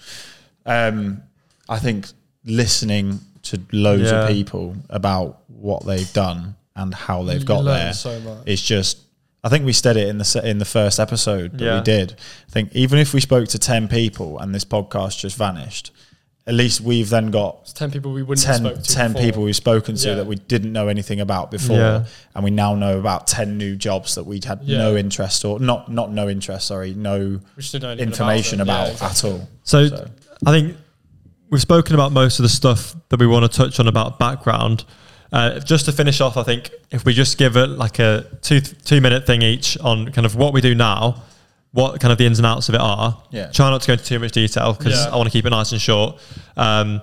Speaker 2: um, I think listening to loads
Speaker 1: Yeah.
Speaker 2: of people about what they've done and how they've
Speaker 3: You
Speaker 2: got
Speaker 3: learn
Speaker 2: there
Speaker 3: so much.
Speaker 2: it's just I think we said it in the se- in the first episode that
Speaker 1: Yeah.
Speaker 2: we did. I think even if we spoke to ten people and this podcast just vanished, at least we've then got
Speaker 3: It's 10 people we wouldn't have
Speaker 2: 10,
Speaker 3: spoke to
Speaker 2: 10
Speaker 3: before.
Speaker 2: people we've spoken to
Speaker 3: Yeah.
Speaker 2: that we didn't know anything about before
Speaker 1: Yeah.
Speaker 2: and we now know about 10 new jobs that we had
Speaker 3: Yeah.
Speaker 2: no interest or not not no interest sorry no
Speaker 3: We just didn't know anything
Speaker 2: information
Speaker 3: them. Yeah,
Speaker 2: about,
Speaker 3: exactly.
Speaker 2: at all
Speaker 1: So,
Speaker 2: So-
Speaker 1: I think we've spoken about most of the stuff that we want to touch on about background. Uh, just to finish off, I think if we just give it like a two two minute thing each on kind of what we do now, what kind of the ins and outs of it are.
Speaker 2: Yeah.
Speaker 1: Try not to go into too much detail because
Speaker 3: Yeah.
Speaker 1: I want to keep it nice and short. Um,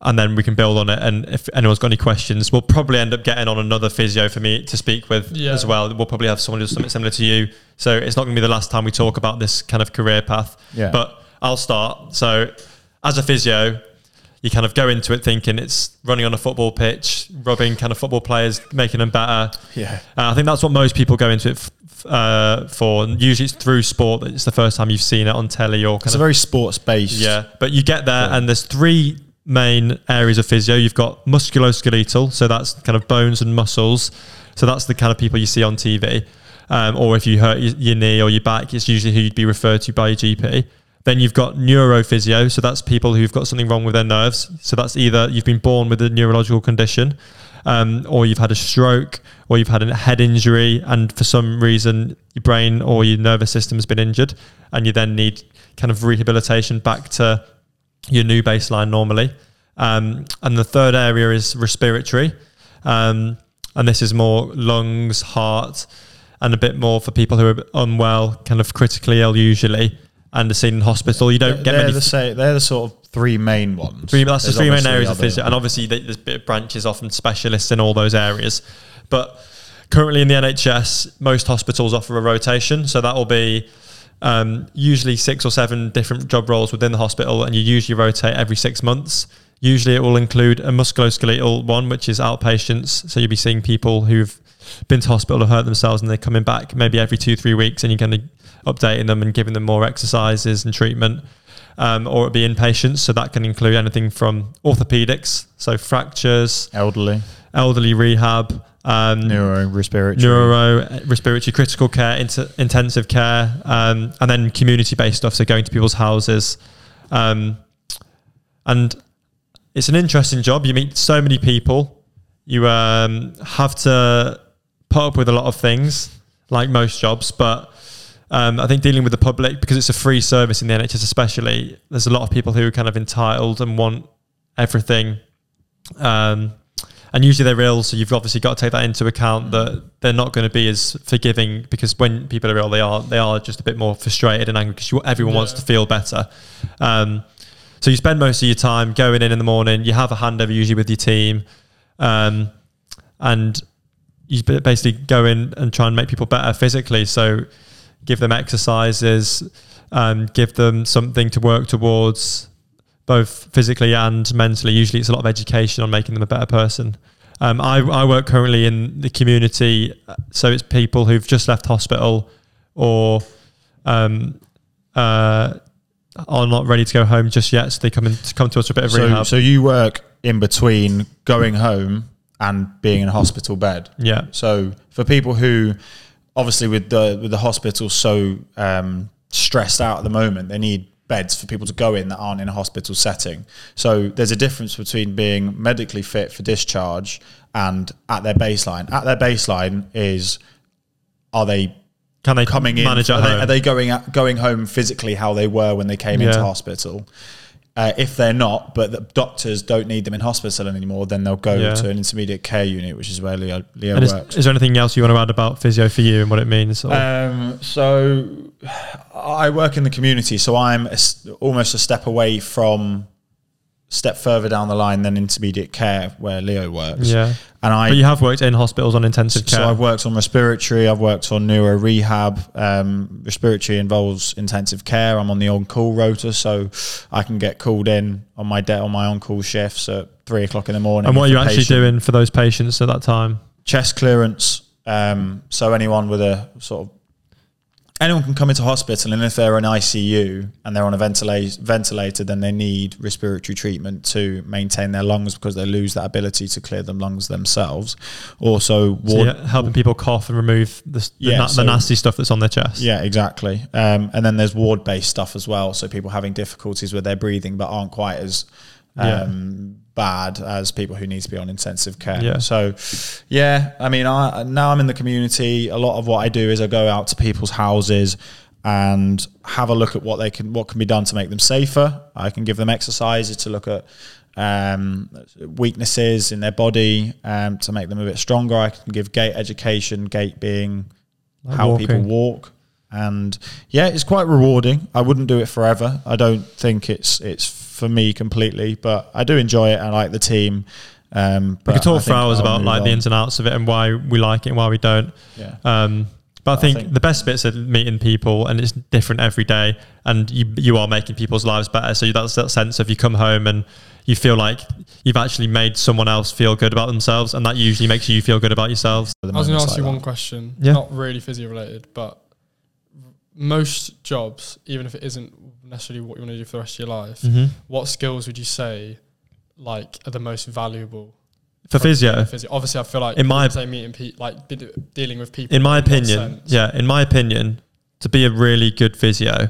Speaker 1: and then we can build on it. And if anyone's got any questions, we'll probably end up getting on another physio for me to speak with
Speaker 3: Yeah.
Speaker 1: as well. We'll probably have someone who's something similar to you. So it's not going to be the last time we talk about this kind of career path.
Speaker 2: Yeah.
Speaker 1: But I'll start. So as a physio, you kind of go into it thinking it's running on a football pitch, rubbing kind of football players, making them better.
Speaker 2: yeah
Speaker 1: Uh, I think that's what most people go into it f- f- uh, for. And usually it's through sport that it's the first time you've seen it on telly or kind
Speaker 2: it's
Speaker 1: of
Speaker 2: a very sports based
Speaker 1: yeah, but you get there, and there's three main areas of physio. You've got musculoskeletal, so that's kind of bones and muscles. So that's the kind of people you see on TV. Um, or if you hurt your, your knee or your back, it's usually who you'd be referred to by your GP. Then you've got neurophysio, so that's people who've got something wrong with their nerves. So that's either you've been born with a neurological condition, um, or you've had a stroke, or you've had a head injury, and for some reason your brain or your nervous system has been injured. and you then need kind of rehabilitation back to your new baseline normally. Um, and the third area is respiratory. Um, and this is more lungs, heart, and a bit more for people who are unwell, kind of critically ill usually, and are seen in hospital. You don't
Speaker 2: they're,
Speaker 1: get many.
Speaker 2: the sa- they're the sort of three main ones.
Speaker 1: Three, that's the
Speaker 2: There's
Speaker 1: three main
Speaker 2: obviously
Speaker 1: areas of
Speaker 2: other-
Speaker 1: physio, and obviously th- there's bit of branches off and specialists in all those areas. But currently in the NHS, most hospitals offer a rotation, so that will be um, usually six or seven different job roles within the hospital, and you usually rotate every six months. Usually, it will include a musculoskeletal one, which is outpatients. So you'll be seeing people who've been to hospital or hurt themselves, and they're coming back maybe every two, three weeks, and you're kind of updating them and giving them more exercises and treatment um, or it'd be inpatients. So that can include anything from orthopedics, so fractures,
Speaker 2: elderly,
Speaker 1: elderly rehab, um,
Speaker 2: neuro, respiratory.
Speaker 1: neuro, respiratory, critical care, inter- intensive care, um, and then community based stuff. So going to people's houses. Um, and it's an interesting job. You meet so many people. You um, have to put up with a lot of things, like most jobs. But um, I think dealing with the public, because it's a free service in the NHS, especially, there's a lot of people who are kind of entitled and want everything. Um, and usually they're ill, so you've obviously got to take that into account that they're not going to be as forgiving because when people are ill, they are they are just a bit more frustrated and angry because you- everyone wants
Speaker 3: Yeah.
Speaker 1: to feel better. Um, so you spend most of your time going in in the morning. You have a handover usually with your team, um, and you ba- basically go in and try and make people better physically. So give them exercises, um, give them something to work towards, both physically and mentally. Usually, it's a lot of education on making them a better person. Um, I, I work currently in the community, uh, so it's people who've just left hospital or um, uh, are not ready to go home just yet. So they come in, come to us for a bit of
Speaker 2: So,
Speaker 1: rehab.
Speaker 2: so you work in between going home and being in a hospital bed.
Speaker 1: yeah,
Speaker 2: So for people who, obviously, with the with the hospital so um, stressed out at the moment, they need beds for people to go in that aren't in a hospital setting. So there's a difference between being medically fit for discharge and at their baseline. At their baseline is are they
Speaker 1: can they
Speaker 2: coming in?
Speaker 1: manage
Speaker 2: are,
Speaker 1: at
Speaker 2: they,
Speaker 1: home?
Speaker 2: are they going out, going home physically how they were when they came into
Speaker 1: Yeah.
Speaker 2: hospital? Uh, if they're not, but the doctors don't need them in hospital anymore, then they'll go
Speaker 1: Yeah.
Speaker 2: to an intermediate care unit, which is where Leo, Leo
Speaker 1: and is,
Speaker 2: works.
Speaker 1: is there anything else you want to add about physio for you and what it means? Or-
Speaker 2: Um, so I work in the community, so I'm a s almost a step away from step further down the line than intermediate care where Leo works.
Speaker 1: yeah,
Speaker 2: And I
Speaker 1: but you have worked in hospitals on intensive
Speaker 2: so
Speaker 1: care.
Speaker 2: I've worked on respiratory, I've worked on neuro rehab. Um, respiratory involves intensive care. I'm on the on call rotor, so I can get called in on my de- on my on call shifts at three o'clock in the morning.
Speaker 1: and what are
Speaker 2: if
Speaker 1: you
Speaker 2: a
Speaker 1: actually
Speaker 2: patient-
Speaker 1: doing for those patients at that time?
Speaker 2: chest clearance. Um, so anyone with a sort of anyone can come into hospital, and if they're in ICU and they're on a ventilator, ventilator, then they need respiratory treatment to maintain their lungs because they lose that ability to clear them lungs themselves. Also,
Speaker 1: So
Speaker 2: ward,
Speaker 1: you're helping people cough and remove the, s- the,
Speaker 2: Yeah,
Speaker 1: na-
Speaker 2: so-
Speaker 1: the nasty stuff that's on their chest.
Speaker 2: yeah, exactly. Um, and then there's ward based stuff as well. So people having difficulties with their breathing but aren't quite as um, bad as people who need to be on intensive care.
Speaker 1: Yeah.
Speaker 2: So, yeah, I mean, I now I'm in the community. A lot of what I do is I go out to people's houses and have a look at what they can what can be done to make them safer. I can give them exercises to look at um, weaknesses in their body um, to make them a bit stronger. I can give gait education, gait being
Speaker 1: Like
Speaker 2: how people
Speaker 1: walking.
Speaker 2: walk and yeah it's quite rewarding i wouldn't do it forever i don't think it's it's for me completely but i do enjoy it i like the team um
Speaker 1: We
Speaker 2: but
Speaker 1: could
Speaker 2: I
Speaker 1: talk for
Speaker 2: think
Speaker 1: hours
Speaker 2: I'll
Speaker 1: about
Speaker 2: move
Speaker 1: like the
Speaker 2: on.
Speaker 1: ins and outs of it and why we like it and why we don't.
Speaker 2: yeah
Speaker 1: Um, but I
Speaker 2: I
Speaker 1: think,
Speaker 2: think-
Speaker 1: the best bits are meeting people, and it's different every day. And you you are making people's lives better. So that's that sense of you come home and you feel like you've actually made someone else feel good about themselves, and that usually makes you feel good about yourselves.
Speaker 2: for the
Speaker 3: I was going to
Speaker 2: moments
Speaker 3: ask
Speaker 2: like
Speaker 3: you
Speaker 2: that.
Speaker 3: one question.
Speaker 1: Yeah.
Speaker 3: Not really physio related, but most jobs, even if it isn't necessarily what you want to do for the rest of your life,
Speaker 2: Mm-hmm.
Speaker 3: what skills would you say like are the most valuable
Speaker 1: For
Speaker 3: from being a
Speaker 1: physio,
Speaker 3: physio? Obviously, I feel like
Speaker 1: In
Speaker 3: in
Speaker 1: my-
Speaker 3: my say meeting pe- like de- dealing with people.
Speaker 1: in my
Speaker 3: that
Speaker 1: opinion,
Speaker 3: sense.
Speaker 1: yeah, in my opinion, to be a really good physio,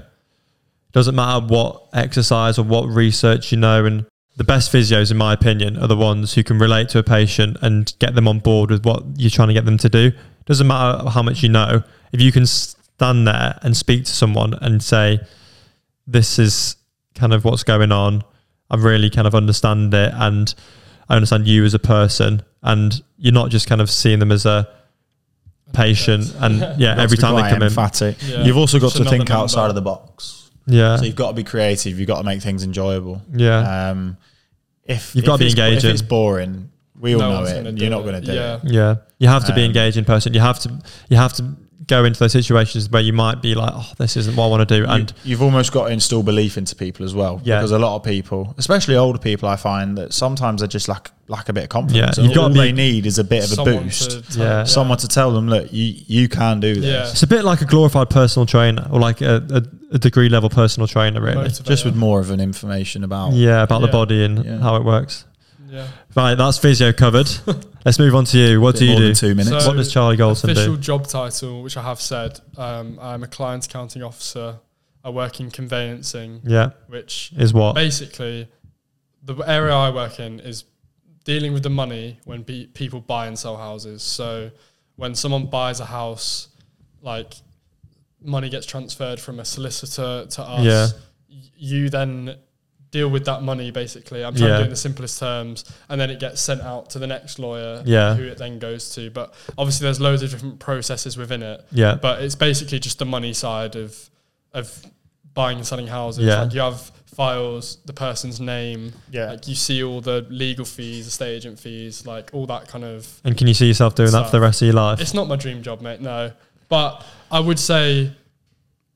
Speaker 1: doesn't matter what exercise or what research you know, and the best physios, in my opinion, are the ones who can relate to a patient and get them on board with what you're trying to get them to do. Doesn't matter how much you know, if you can s- stand there and speak to someone and say, this is kind of what's going on. I really kind of understand it and I understand you as a person and you're not just kind of seeing them as a patient and yeah,
Speaker 2: (laughs) You've got
Speaker 1: every
Speaker 2: to be
Speaker 1: time they
Speaker 2: quite
Speaker 1: come in.
Speaker 2: emphatic.
Speaker 3: Yeah.
Speaker 2: You've also got
Speaker 3: It's
Speaker 2: to
Speaker 3: another
Speaker 2: think
Speaker 3: number.
Speaker 2: outside of the box.
Speaker 1: Yeah.
Speaker 2: So you've got to be creative. You've got to make things enjoyable.
Speaker 1: Yeah.
Speaker 2: Um, if
Speaker 1: You've
Speaker 2: if
Speaker 1: gotta be
Speaker 2: it's-
Speaker 1: engaging.
Speaker 2: If it's boring, we all
Speaker 3: No
Speaker 2: know
Speaker 3: one's gonna
Speaker 2: it.
Speaker 3: do
Speaker 2: You're not
Speaker 3: it.
Speaker 2: going to do
Speaker 3: Yeah.
Speaker 2: it.
Speaker 1: Yeah, you have to be
Speaker 2: Um,
Speaker 1: engaged in person. You have to you have to go into those situations where you might be like, oh, this isn't what I want to do, and
Speaker 2: you, have almost got to instill belief into people as well.
Speaker 1: Yeah.
Speaker 2: Because a lot of people, especially older people, I find that sometimes they just lack lack a bit of confidence.
Speaker 1: Yeah,
Speaker 2: And
Speaker 1: you've gotta
Speaker 2: all
Speaker 1: be-
Speaker 2: they need is a bit of a
Speaker 3: Someone
Speaker 2: boost.
Speaker 3: to tell-
Speaker 1: Yeah.
Speaker 2: Someone to tell them, look, you you can do this.
Speaker 3: Yeah.
Speaker 1: it's a bit like a glorified personal trainer or like a, a, a degree level personal trainer, really.
Speaker 3: Motivator.
Speaker 2: Just with more of an information about
Speaker 1: Yeah, about the
Speaker 3: Yeah.
Speaker 1: body and
Speaker 2: Yeah.
Speaker 1: how it works.
Speaker 3: Yeah.
Speaker 1: Right, that's physio
Speaker 3: (laughs)
Speaker 1: covered. Let's move on to you. What
Speaker 2: bit
Speaker 1: do you
Speaker 2: more
Speaker 1: do?
Speaker 2: than two minutes.
Speaker 3: So-
Speaker 1: what does Charlie Goldston
Speaker 3: official
Speaker 1: do?
Speaker 3: job title, which I have said, um, I'm a client accounting officer. I work in conveyancing,
Speaker 1: Yeah,
Speaker 3: which
Speaker 1: is what?
Speaker 3: basically the area I work in is dealing with the money when pe- people buy and sell houses. So when someone buys a house, like money gets transferred from a solicitor to us.
Speaker 1: Yeah.
Speaker 3: Y- You then deal with that money basically. I'm trying
Speaker 1: Yeah.
Speaker 3: to do it in the simplest terms, and then it gets sent out to the next lawyer,
Speaker 1: Yeah.
Speaker 3: who it then goes to. But obviously, there's loads of different processes within it
Speaker 1: Yeah,
Speaker 3: but it's basically just the money side of of buying and selling houses.
Speaker 1: Yeah.
Speaker 3: Like you have files, the person's name,
Speaker 2: Yeah.
Speaker 3: like you see all the legal fees, estate agent fees, like all that kind of.
Speaker 1: and can you see yourself doing that for the rest of your life?
Speaker 3: It's not my dream job, mate. No, but I would say,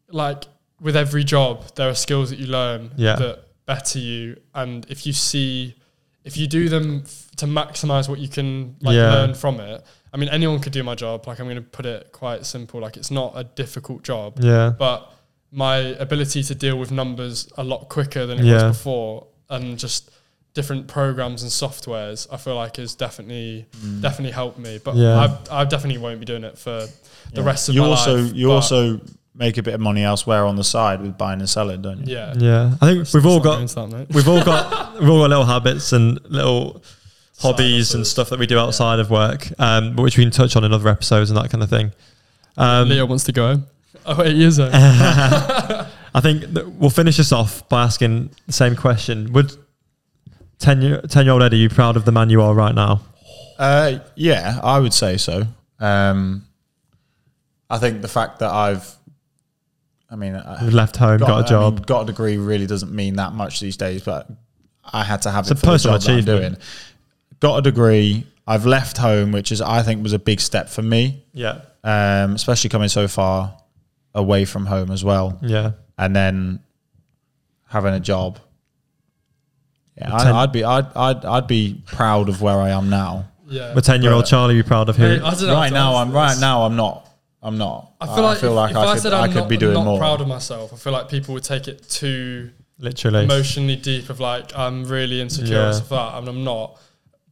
Speaker 3: like with every job, there are skills that you learn
Speaker 1: Yeah.
Speaker 3: that better you, and if you see, if you do them f- to maximize what you can like
Speaker 1: Yeah.
Speaker 3: learn from it. I mean, anyone could do my job. Like I'm going to put it quite simple. Like it's not a difficult job
Speaker 1: Yeah,
Speaker 3: but my ability to deal with numbers a lot quicker than it
Speaker 1: Yeah.
Speaker 3: was before and just different programs and softwares I feel like has definitely
Speaker 2: Mm.
Speaker 3: definitely helped me but
Speaker 1: Yeah.
Speaker 3: I, I definitely won't be doing it for the
Speaker 2: Yeah.
Speaker 3: rest of
Speaker 2: you
Speaker 3: my
Speaker 2: also
Speaker 3: life
Speaker 2: you
Speaker 3: but
Speaker 2: also make a bit of money elsewhere on the side with buying and selling, don't you?
Speaker 3: yeah
Speaker 1: yeah. I think we've all
Speaker 3: Let's not go
Speaker 1: got
Speaker 3: into that, mate.
Speaker 1: we've all
Speaker 3: (laughs)
Speaker 1: got we've all got little habits and little hobbies and
Speaker 3: Silences.
Speaker 1: stuff that we do outside of work, um, but which we can touch on in other episodes and that kind of thing. Um, Uh,
Speaker 3: Leo wants to go home (laughs) oh eight years old
Speaker 1: I think that we'll finish this off by asking the same question: Would ten year ten year old Eddie, you proud of the man you are right now?
Speaker 2: Uh, yeah, I would say so. Um, I think the fact that I've, I mean, I,
Speaker 1: Who left home, got, a
Speaker 2: I mean,
Speaker 1: job.
Speaker 2: got a degree really doesn't mean that much these days, but I had to have
Speaker 1: It's
Speaker 2: it
Speaker 1: a
Speaker 2: for the
Speaker 1: personal
Speaker 2: job that I'm
Speaker 1: achievement.
Speaker 2: doing. Got a degree. I've left home, which is I think was a big step for me,
Speaker 1: yeah,
Speaker 2: um, especially coming so far away from home as well,
Speaker 1: yeah,
Speaker 2: and then having a job. Yeah,
Speaker 1: Ten-
Speaker 2: I, I'd be I'd, I'd I'd be proud of where I am now.
Speaker 3: yeah
Speaker 1: Would ten year old
Speaker 2: Yeah.
Speaker 1: Charlie be proud of who?
Speaker 3: Mate, I don't know how
Speaker 2: right
Speaker 3: to
Speaker 2: now I'm
Speaker 3: answer
Speaker 2: right
Speaker 3: this.
Speaker 2: now I'm not I'm not.
Speaker 3: I feel like, if, if I,
Speaker 2: could
Speaker 3: said I'm
Speaker 2: I could
Speaker 3: not,
Speaker 2: be doing
Speaker 3: not
Speaker 2: more.
Speaker 3: proud of myself I feel like people would take it too
Speaker 1: Literally,
Speaker 3: emotionally deep of like I'm really insecure
Speaker 1: Yeah.
Speaker 3: as that and I'm not.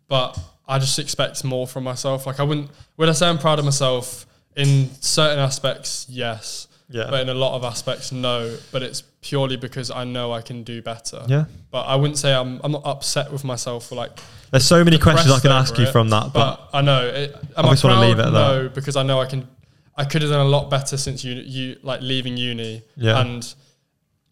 Speaker 3: But I just expect more from myself. Like I wouldn't would I say I'm proud of myself in certain aspects, yes.
Speaker 1: Yeah.
Speaker 3: But in a lot of aspects, no. But it's purely because I know I can do better.
Speaker 1: yeah.
Speaker 3: But I wouldn't say I'm I'm not upset with myself for like
Speaker 1: There's so many questions I
Speaker 3: depressed
Speaker 1: can
Speaker 3: over
Speaker 1: ask you
Speaker 3: it,
Speaker 1: from that, but,
Speaker 3: I know. It, am
Speaker 1: I
Speaker 3: I,
Speaker 1: just wanna
Speaker 3: proud?
Speaker 1: leave it at
Speaker 3: no, because I know I can. I could have done a lot better since you, you like leaving uni,
Speaker 1: Yeah.
Speaker 3: and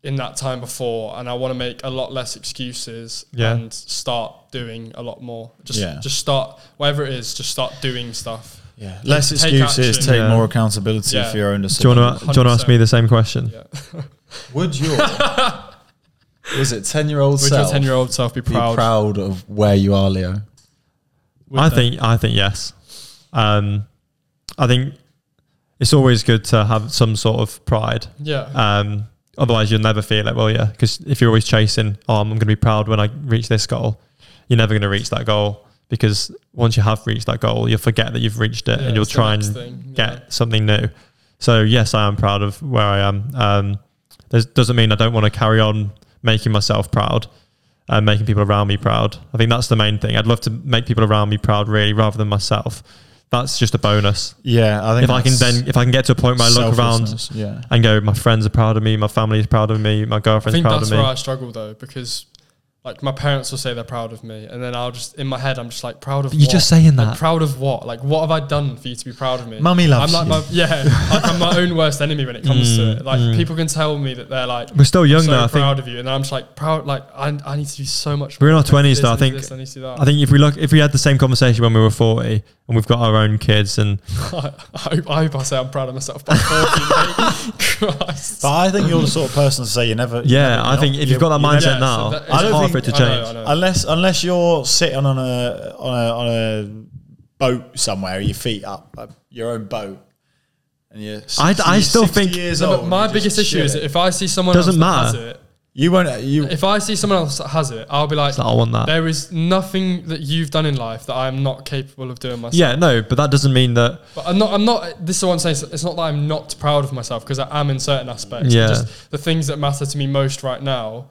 Speaker 3: in that time before, and I want to make a lot less excuses
Speaker 1: Yeah.
Speaker 3: and start doing a lot more. Just,
Speaker 2: Yeah.
Speaker 3: just start whatever it is. Just start doing stuff.
Speaker 2: Yeah, less
Speaker 3: Take
Speaker 2: excuses,
Speaker 3: action.
Speaker 2: take
Speaker 1: Yeah.
Speaker 2: more accountability
Speaker 3: Yeah.
Speaker 2: for your own
Speaker 1: do you
Speaker 2: decisions.
Speaker 1: want to do you want to ask me the same question?
Speaker 3: Yeah.
Speaker 1: (laughs)
Speaker 2: Would your was it ten year old
Speaker 3: Would
Speaker 2: self
Speaker 3: your ten-year-old self be
Speaker 2: be
Speaker 3: proud?
Speaker 2: proud. of where you are, Leo?
Speaker 3: Would
Speaker 1: I
Speaker 3: they?
Speaker 1: think I think yes. Um, I think it's always good to have some sort of pride.
Speaker 3: Yeah.
Speaker 1: Um, otherwise, you'll never feel it, will you? Because if you're always chasing, oh, I'm going to be proud when I reach this goal, you're never going to reach that goal because once you have reached that goal, you'll forget that you've reached it
Speaker 3: Yeah,
Speaker 1: and you'll
Speaker 3: it's the
Speaker 1: try and
Speaker 3: next thing,
Speaker 1: get
Speaker 3: yeah.
Speaker 1: something new. So yes, I am proud of where I am. Um, there's, doesn't mean I don't want to carry on making myself proud and making people around me proud. I think that's the main thing. I'd love to make people around me proud, really, rather than myself. That's just a bonus.
Speaker 2: Yeah, I think
Speaker 1: If I can then, if I can get to a point where I look around
Speaker 2: Yeah,
Speaker 1: and go, my friends are proud of me, my family is proud of me, my
Speaker 3: I
Speaker 1: girlfriend's
Speaker 3: think
Speaker 1: proud of
Speaker 3: that's
Speaker 1: me.
Speaker 3: where I struggle though, because like my parents will say they're proud of me, and then I'll just in my head I'm just like proud of.
Speaker 1: But you're
Speaker 3: what?
Speaker 1: just saying
Speaker 3: Like,
Speaker 1: that.
Speaker 3: proud of what? Like what have I done for you to be proud of me?
Speaker 2: Mummy loves
Speaker 3: I'm
Speaker 2: you.
Speaker 3: like my, yeah,
Speaker 1: (laughs)
Speaker 3: like I'm my own worst enemy when it
Speaker 1: Mm,
Speaker 3: comes to it. Like
Speaker 1: mm.
Speaker 3: people can tell me that they're like
Speaker 1: We're still young
Speaker 3: so
Speaker 1: though. I think
Speaker 3: proud of you, and I'm just like proud. Like I, I need to do so much.
Speaker 1: We're in
Speaker 3: more.
Speaker 1: our
Speaker 3: I
Speaker 1: 20s
Speaker 3: need this,
Speaker 1: though, I
Speaker 3: need
Speaker 1: think-
Speaker 3: this, I need to do that. (laughs)
Speaker 1: I think if we look, if we had the same conversation when we were forty, and we've got our own kids, and
Speaker 3: I, hope, I hope I say I'm proud of myself by 40,
Speaker 1: (laughs)
Speaker 3: mate. Christ.
Speaker 2: But I think you're the sort of person to say you never. you
Speaker 1: yeah,
Speaker 2: never
Speaker 1: I
Speaker 2: know.
Speaker 1: think if
Speaker 2: You-
Speaker 1: you've got that
Speaker 2: you
Speaker 1: mindset
Speaker 2: never-
Speaker 3: so
Speaker 1: now,
Speaker 3: that-
Speaker 1: it's
Speaker 2: I don't
Speaker 1: hard
Speaker 2: think-
Speaker 1: for it to
Speaker 3: I know,
Speaker 1: change.
Speaker 3: I know.
Speaker 2: unless unless you're sitting on a on a on a boat somewhere, your feet up, like your own boat, and you're. 60,
Speaker 1: I- I still
Speaker 2: 60
Speaker 1: think-
Speaker 2: years
Speaker 3: No, but
Speaker 2: old,
Speaker 3: my
Speaker 2: you just
Speaker 3: biggest issue
Speaker 2: shit.
Speaker 3: is if I see someone
Speaker 1: Doesn't
Speaker 3: else that
Speaker 1: matter.
Speaker 3: has
Speaker 2: you won't. You
Speaker 3: it, if I see someone else that has it, I'll be like,
Speaker 1: It's like, I want that.
Speaker 3: there is nothing that you've done in life that I'm not capable of doing myself.
Speaker 1: Yeah, no, but that doesn't mean that.
Speaker 3: But I'm not. I'm not. This is what I'm saying. It's not that I'm not proud of myself because I am in certain aspects. It's
Speaker 1: Yeah.
Speaker 3: Just the things that matter to me most right now,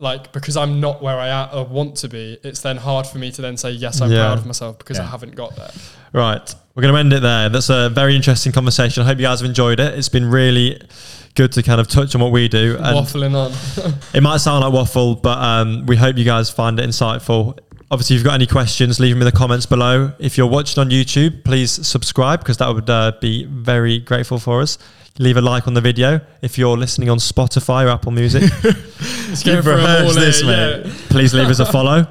Speaker 3: like because I'm not where I at or want to be. It's then hard for me to then say yes, I'm
Speaker 1: Yeah.
Speaker 3: proud of myself because I
Speaker 2: Yeah.
Speaker 3: haven't got there.
Speaker 1: Right, we're going to end it there. That's a very interesting conversation. I hope you guys have enjoyed it. It's been really good to kind of touch on what we do, and
Speaker 3: Waffling on. (laughs)
Speaker 1: it might sound like waffle, but um, we hope you guys find it insightful. Obviously, if you've got any questions, leave them in the comments below. If you're watching on YouTube, please subscribe because that would uh, be very grateful for us. Leave a like on the video. If you're listening on Spotify or Apple
Speaker 3: (laughs)
Speaker 1: Music,
Speaker 3: Let's
Speaker 2: You've
Speaker 3: for a
Speaker 2: rehearsed
Speaker 3: wall here,
Speaker 2: this,
Speaker 3: yeah.
Speaker 1: please leave us a follow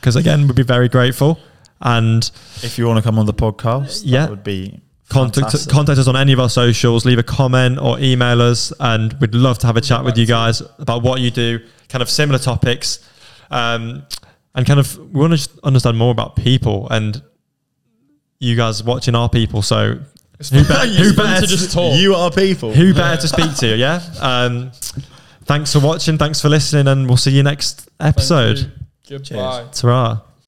Speaker 1: because again we'd be very grateful and
Speaker 2: if you want to come on the podcast,
Speaker 1: Yeah.
Speaker 2: that would be
Speaker 1: contact,
Speaker 2: fantastic.
Speaker 1: contact us on any of our socials leave a comment or email us and we'd love to have a chat with you guys about what you do kind of similar topics um, and kind of we want to understand more about people and you guys watching our people so
Speaker 3: It's
Speaker 1: Who
Speaker 3: fun-
Speaker 1: bet-
Speaker 3: it's
Speaker 1: (laughs) who
Speaker 3: fun
Speaker 1: bets-
Speaker 3: to just talk.
Speaker 2: You are people.
Speaker 1: who better to speak to yeah um, thanks for watching thanks for listening and we'll see you next
Speaker 3: Thank
Speaker 1: episode
Speaker 3: you. Goodbye.
Speaker 1: ta